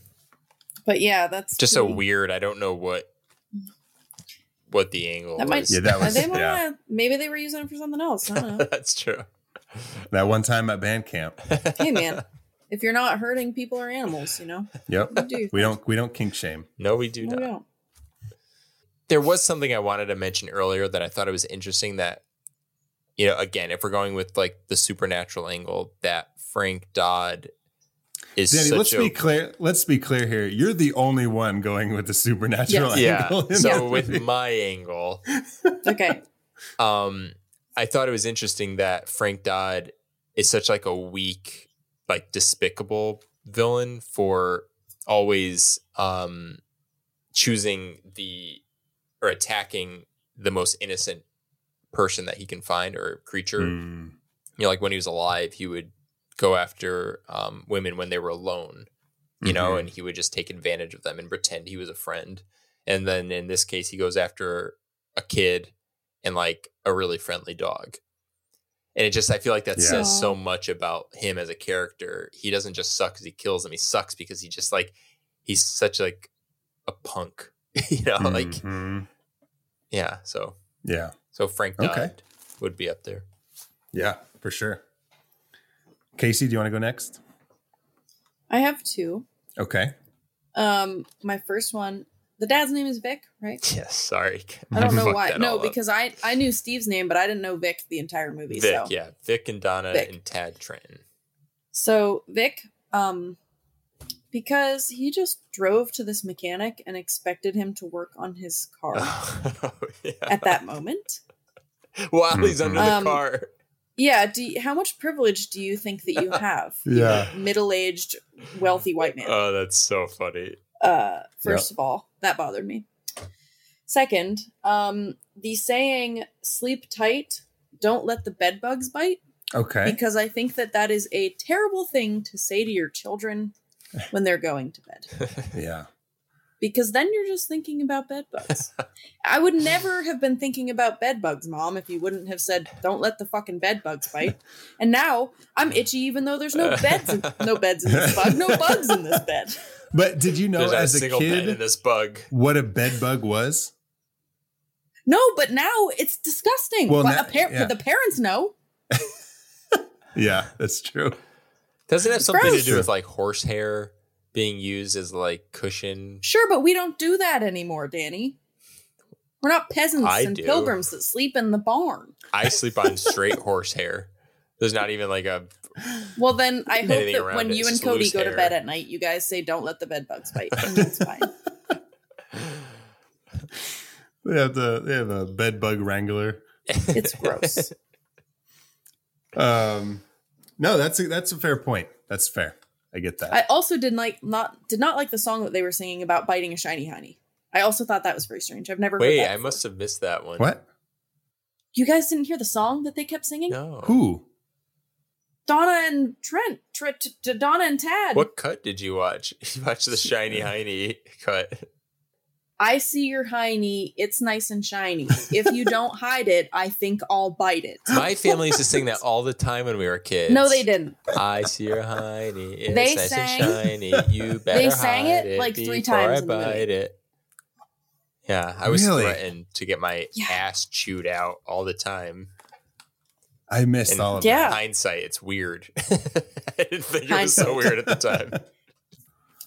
G: But yeah, that's
F: just so
G: pretty-
F: weird. I don't know what what the angle
G: That might-
F: was.
E: Yeah, that
G: Uh,
E: was
G: They might
E: yeah.
G: wanna- Maybe they were using it for something else. I don't know.
F: That's true.
E: That one time at band camp.
G: hey, man, if you're not hurting people or animals, you know,
E: Yep.
G: do.
E: we don't we don't kink shame.
F: No, we do
G: No,
F: not.
G: we don't.
F: There was something I wanted to mention earlier that I thought it was interesting that you know, again, if we're going with like the supernatural angle, that Frank Dodd is
E: Danny,
F: such
E: let's
F: a
E: be clear. Let's be clear here. You're the only one going with the supernatural
F: yeah.
E: angle. in
F: So
E: this
F: with
E: movie.
F: my angle,
G: Okay.
F: um, I thought it was interesting that Frank Dodd is such like a weak, like despicable villain for always um choosing the or attacking the most innocent person that he can find or creature.
E: Mm,
F: You know, like when he was alive, he would go after um, women when they were alone, you know,
E: Mhm.
F: and he would just take advantage of them and pretend he was a friend. And then in this case, he goes after a kid and like a really friendly dog. And it just, I feel like that
E: Yeah.
F: says so much about him as a character. He doesn't just suck because he kills them. He sucks because he just like, he's such like a punk, you know, uh, like
E: Mhm.
F: yeah. So
E: yeah,
F: so Frank
E: Okay.
F: Dodd would be up there.
E: yeah, for sure. Casey, do you want to go next?
G: I have two.
E: Okay.
G: Um, my first one, the dad's name is Vic, right?
F: Yes, sorry.
G: I don't know
F: Fucked
G: why.
F: that
G: No,
F: all up.
G: because I I knew Steve's name, but I didn't know Vic the entire movie.
F: Vic,
G: so
F: yeah, Vic and Donna
G: Vic.
F: and Tad Trenton.
G: So Vic, um, because he just drove to this mechanic and expected him to work on his car
F: Oh, yeah.
G: at that moment.
F: while he's under
E: Mm-hmm.
F: the
G: Um,
F: car.
G: Yeah. Do you, how much privilege do you think that you have?
E: Yeah.
G: Middle aged, wealthy white man.
F: Oh, that's so funny.
G: Uh, first of all, that bothered me. Second, um, the saying "sleep tight, don't let the bed bugs bite,"
E: Okay.
G: because I think that that is a terrible thing to say to your children when they're going to bed.
E: Yeah.
G: because then you're just thinking about bed bugs. I would never have been thinking about bed bugs, mom, if you wouldn't have said, "Don't let the fucking bed bugs bite." And now I'm itchy, even though there's
E: Uh.
G: no beds, in, no beds in this bug, no bugs in this bed.
E: But did you know
F: There's not a
E: as a
F: single bed in
E: kid
F: this bug.
E: what a bed bug was?
G: No, but now it's disgusting.
E: Well,
G: Well,
E: now-
G: a par-
E: yeah.
G: the parents know.
E: Yeah, that's true.
F: Doesn't it have something
G: Gross.
F: to do with like horsehair being used as like cushion?
G: Sure, but we don't do that anymore, Danny. We're not peasants
F: I
G: and
F: do.
G: pilgrims that sleep in the barn.
F: I sleep on straight horsehair. There's not even like a
G: Well, then I hope
F: Anything
G: that
F: around
G: when
F: it,
G: you
F: it's
G: and
F: just
G: Cody
F: loose
G: go to
F: hair.
G: bed at night, you guys say, "Don't let the bed bugs bite," and that's fine.
E: They have the they have a bed bug wrangler.
G: It's gross.
E: Um, no, that's a, that's a fair point. That's fair. I get that.
G: I also didn't like not did not like the song that they were singing about biting a shiny honey. I also thought that was very strange. I've never heard
F: Wait,
G: that
F: I
G: before.
F: must have missed that one.
E: what?
G: You guys didn't hear the song that they kept singing?
F: No.
E: Who?
G: Donna and Trent, Tre- t- t- Donna and Tad.
F: What cut did you watch? You watched the shiny hiney cut.
G: I see your hiney. It's nice and shiny. If you don't hide it, I think I'll bite it.
F: My family used to sing that all the time when we were kids.
G: no, they didn't.
F: I see your hiney. It's
G: They
F: nice
G: sang-
F: and shiny. You better
G: sang
F: hide
G: it, like, three
F: before I
G: times in the
F: bite
G: movie.
F: it. Yeah, I was
E: Really?
F: threatened to get my
G: Yeah.
F: ass chewed out all the time.
E: I missed
F: And-
E: all of
G: Yeah.
F: In hindsight, it's weird. I didn't think it was so
G: Hindsight.
F: weird at the time.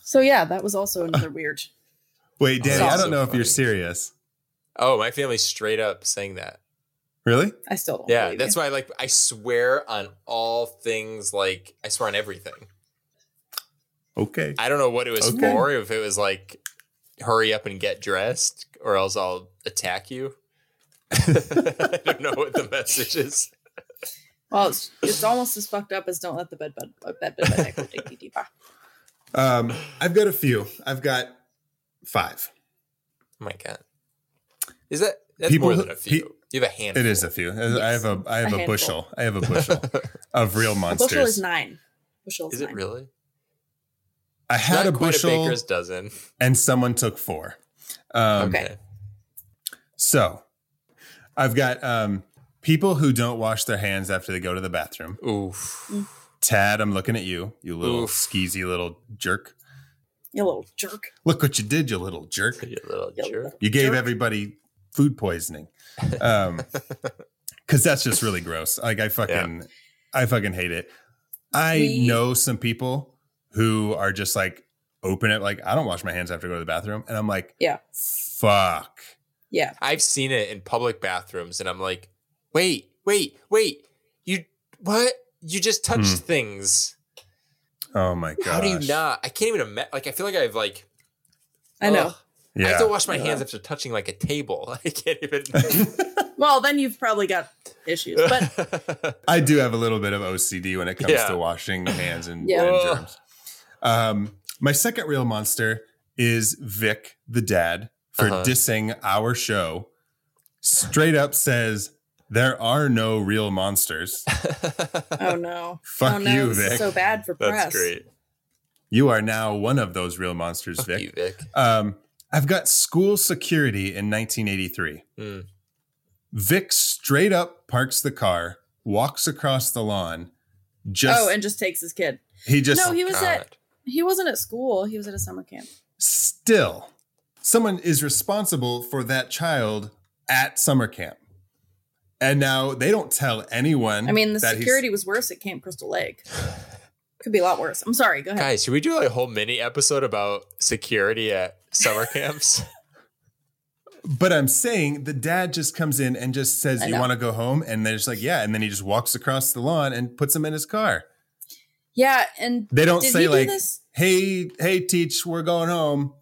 G: So yeah, that was also another weird.
E: that. Wait, Danny,
G: that's
E: I don't
F: so
E: know if you're
F: funny.
E: serious.
F: Oh, my family straight up sang that.
E: Really?
G: I still don't.
F: Yeah,
G: believe
F: that's
G: you.
F: why. Like, I swear on all things. Like, I swear on everything.
E: Okay.
F: I don't know what it was
E: Okay.
F: for. If it was like, hurry up and get dressed, or else I'll attack you. I don't know what the message is.
G: Well, it's, it's almost as fucked up as "Don't let the bed bug bug bed bed bite your dicky dee bah."
E: Um, I've got a few. I've got five.
F: Oh my god, is that that's
E: People
F: more
E: who-
F: than a few?
E: pe-
F: you have a hand.
E: It is a few. I have a I have
G: A
E: a,
G: handful.
E: bushel. I have a bushel of real
G: A bushel
E: monsters.
G: is nine. Bushel is,
F: Is it
G: nine.
F: really?
E: I had
F: Not
E: a
F: quite a
E: bushel
F: baker's dozen.
E: and someone took four. Um,
G: Okay.
E: So I've got um, people who don't wash their hands after they go to the bathroom.
F: Oof.
E: Mm-hmm. Tad, I'm looking at you, you little
F: Oof.
E: skeezy little jerk.
G: You little jerk.
E: Look what you did, you little jerk.
F: You little
G: You
F: jerk.
G: little
E: You gave
G: jerk.
E: everybody food poisoning. Um, cause that's just really gross. Like I fucking, I fucking hate it. I
G: We-
E: know some people who are just like open it. Like I don't wash my hands after I go to the bathroom. And I'm like,
G: Yeah.
E: fuck.
G: Yeah.
F: I've seen it in public bathrooms, and I'm like, wait, wait, wait. You what? You just touched
E: Hmm.
F: things.
E: Oh my God.
F: How do you not? I can't even imagine. Like, I feel like I've like. oh,
G: I know.
F: ugh, I have to
E: Yeah.
F: wash my hands after touching like a table. I can't even.
G: Well, then you've probably got issues. But
E: I do have a little bit of OCD when it comes
F: Yeah.
E: to washing hands and,
G: Yeah.
E: and
F: Ugh.
E: germs. Um, my second real monster is Vic the dad for
F: Uh-huh.
E: dissing our show. Straight up says there are no real monsters.
G: oh no.
E: Fuck
G: oh no.
E: you,
G: this is
E: Vic.
G: so bad for press.
F: That's great.
E: You are now one of those real monsters,
F: Fuck
E: Vic.
F: you, Vic.
E: Um, I've got school security in 1983.
F: Hmm.
E: Vic straight up parks the car, walks across the lawn. Just
G: oh, and just takes his kid.
E: he just
G: no, he was at
F: God.
G: he wasn't at school. He was at a summer camp.
E: Still, someone is responsible for that child at summer camp. And now they don't tell anyone.
G: I mean, the
E: that he's-
G: security was worse at Camp Crystal Lake. Could be a lot worse. I'm sorry. Go ahead.
F: Guys, should we do like a whole mini episode about security at summer camps?
E: But I'm saying the dad just comes in and just says,
G: I
E: You
G: know.
E: want to go home? And they're just like, Yeah. And then he just walks across the lawn and puts him in his car.
G: Yeah, and
E: They don't
G: Did
E: say,
G: he do
E: like,
G: this?
E: Hey, hey, teach, we're going home.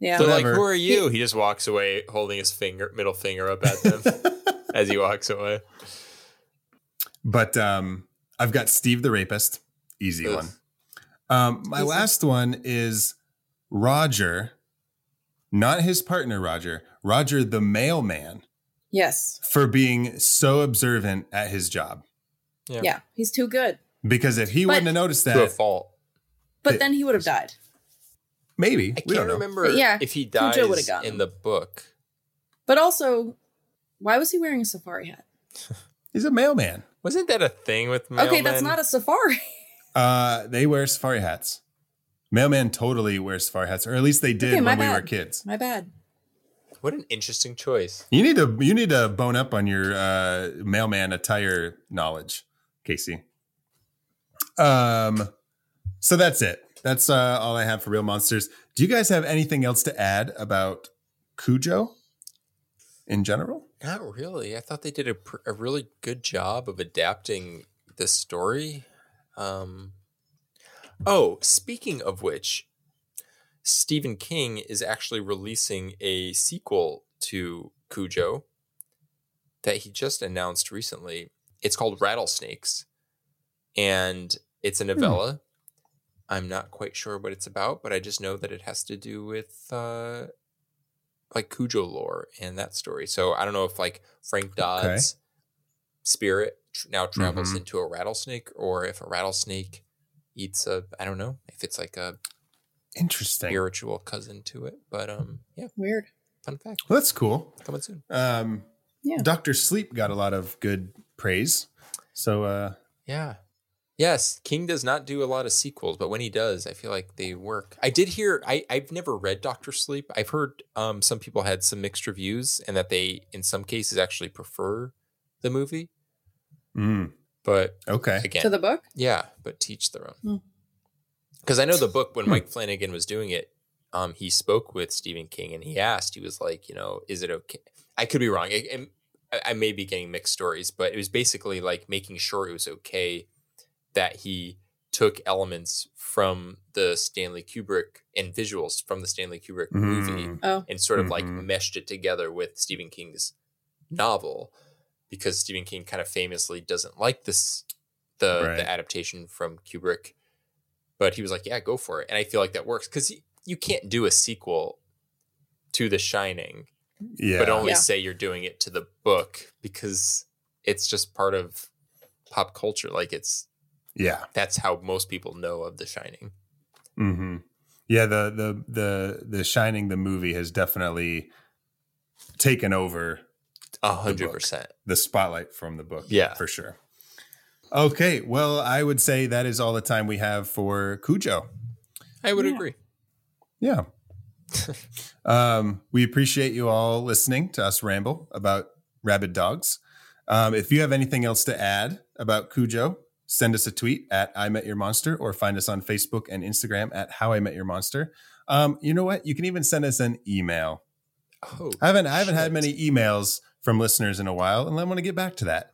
G: yeah,
F: They're
E: So-
F: like,
E: Whatever.
F: "Who are you?" He just walks away, holding his finger, middle finger up at them as he walks away.
E: But um, I've got Steve the Rapist. Easy
F: Ugh.
E: one. Um, my
G: Easy.
E: last one is Roger, not his partner, Roger, Roger the mailman
G: yes,
E: for being so observant at his job.
G: yeah.
F: Yeah.
G: he's too good.
E: Because if he
G: But-
E: wouldn't have noticed
F: To a
E: that,
F: fault.
G: But then he would have died.
E: maybe.
F: I
E: we
F: can't
E: don't know.
F: remember
G: But yeah,
F: if he
G: Cujo
F: dies
G: would've gotten him.
F: in the book.
G: But also, why was he wearing a safari hat?
E: He's a mailman.
F: Wasn't that a thing with mailmen?
G: Okay, that's not a safari.
E: Uh, they wear safari hats. Mailman totally wears safari hats, or at least they did
G: Okay, my
E: when we were
G: bad.
E: kids.
G: My bad.
F: What an interesting choice.
E: You need to you need to bone up on your uh, mailman attire knowledge, Casey. Um, so that's it. That's uh, all I have for real monsters. Do you guys have anything else to add about Cujo in general?
F: Not really. I thought they did a, pr- a really good job of adapting this story. Um, oh, speaking of which, Stephen King is actually releasing a sequel to Cujo that he just announced recently. It's called Rattlesnakes, and it's a novella. I'm not quite sure what it's about, but I just know that it has to do with uh, like Cujo lore and that story. So I don't know if like Frank Dodd's spirit tr- now travels
E: Mhm.
F: into a rattlesnake, or if a rattlesnake eats a I don't know if it's like a
E: Interesting.
F: spiritual cousin to it. But um, yeah,
G: Weird.
F: fun fact
E: well, that's cool.
F: coming soon.
E: Um,
G: Yeah.
E: Doctor Sleep got a lot of good praise. So uh,
F: Yeah. Yes, King does not do a lot of sequels, but when he does, I feel like they work. I did hear I I've never read Doctor Sleep. I've heard um some people had some mixed reviews and that they in some cases actually prefer the movie,
E: mm,
F: but
E: okay.
F: again,
G: To the book.
F: yeah, but teach their
G: Hmm.
F: own. Because I know the book when Mike Flanagan was doing it, um, he spoke with Stephen King and he asked, he was like, you know, is it okay? I could be wrong. I, I'm- I, I may be getting mixed stories, but it was basically like making sure it was okay that he took elements from the Stanley Kubrick and visuals from the Stanley Kubrick movie
E: Mm.
G: Oh,
F: and sort of like
E: Mhm.
F: meshed it together with Stephen King's novel because Stephen King kind of famously doesn't like this the
E: Right.
F: the adaptation from Kubrick but he was like yeah go for it and I feel like that works cuz you can't do a sequel to The Shining
E: Yeah.
F: but um, only
G: Yeah.
F: say you're doing it to the book because it's just part of pop culture like it's
E: yeah.
F: that's how most people know of The Shining
E: hmm Yeah, the the the the Shining the movie has definitely taken over
F: 100%
E: the spotlight from the book.
F: Yeah.
E: for sure. Okay, well, I would say that is all the time we have for Cujo.
F: I would
G: Yeah.
F: agree
E: Yeah. um, we appreciate you all listening to us ramble about rabid dogs. Um, if you have anything else to add about Cujo, send us a tweet at I Met Your Monster or find us on Facebook and Instagram at How I Met Your Monster. Um, you know what? You can even send us an email.
F: oh
E: I haven't I haven't had
F: Shit.
E: many emails from listeners in a while, and I want to get back to that.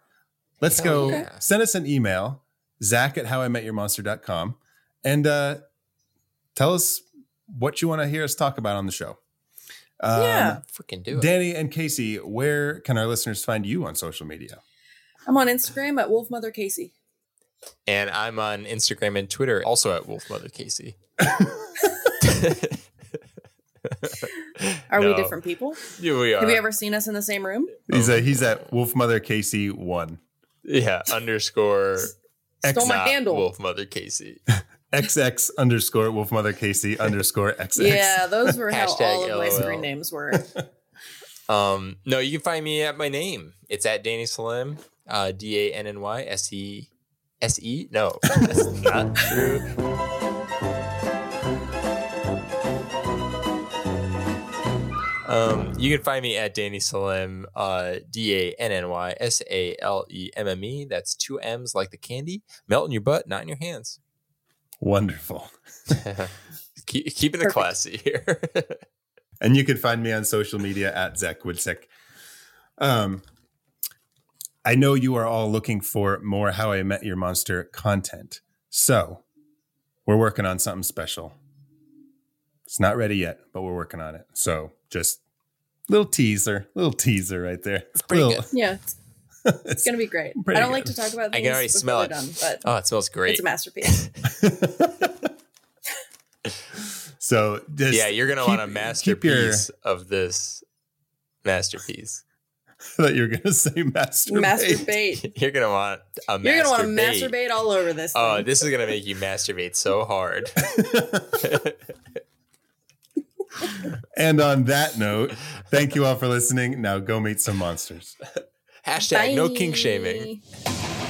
E: Let's
F: Hell
E: go
F: yeah.
E: send us an email, Zach at howImetyourmonster.com, and uh, tell us what you want to hear us talk about on the show. Um,
G: Yeah.
F: freaking do it
E: Danny and Casey, where can our listeners find you on social media?
G: I'm on Instagram at Wolf Mother Casey.
F: And I'm on Instagram and Twitter, also at Wolf Mother Casey.
G: Are we
F: No. Uh,
G: different people?
F: Yeah, we are.
G: Have you ever seen us in the same room?
E: He's
F: Oh.
E: a, he's at Wolf Mother Casey one
F: Yeah, underscore.
G: Stole my
F: not
G: handle.
F: Wolf Mother Casey.
E: XX underscore Wolf Mother Casey underscore XX.
G: Yeah, those were how
F: Hashtag
G: all of my
F: LOL.
G: screen names were.
F: Um, no, you can find me at my name. It's at Danny Salim. Uh, D A N N Y S E S E. No, that's not true. Um, you can find me at Danny Salem, uh, D A N N Y S A L E M M E. That's two M's like the candy. Melt in your butt, not in your hands.
E: Wonderful.
F: Keep, keeping it
G: Perfect.
F: classy here.
E: And you can find me on social media at Zach Woodsick. Um, I know you are all looking for more How I Met Your Monster content. So we're working on something special. It's not ready yet, but we're working on it. So just little teaser, little teaser right there. It's
F: pretty
G: Yeah, it's, it's gonna be great.
E: Pretty
G: I don't
E: good.
G: like to talk about
F: I
G: things
F: can already
G: before
F: smell
G: they're
F: it.
G: done, but
F: oh, it smells great.
G: it's a masterpiece.
E: so just
F: yeah, you're gonna
E: keep-
F: want a
E: Keep your,
F: masterpiece of this masterpiece.
E: I thought you were gonna say masturbate.
G: masturbate.
F: You're gonna want a masturbate.
G: You're gonna want to masturbate all over this.
F: Oh,
G: thing.
F: this is gonna make you masturbate so hard.
E: And on that note, thank you all for listening. Now go meet some monsters.
F: Hashtag no kink
G: Bye.
F: shaming.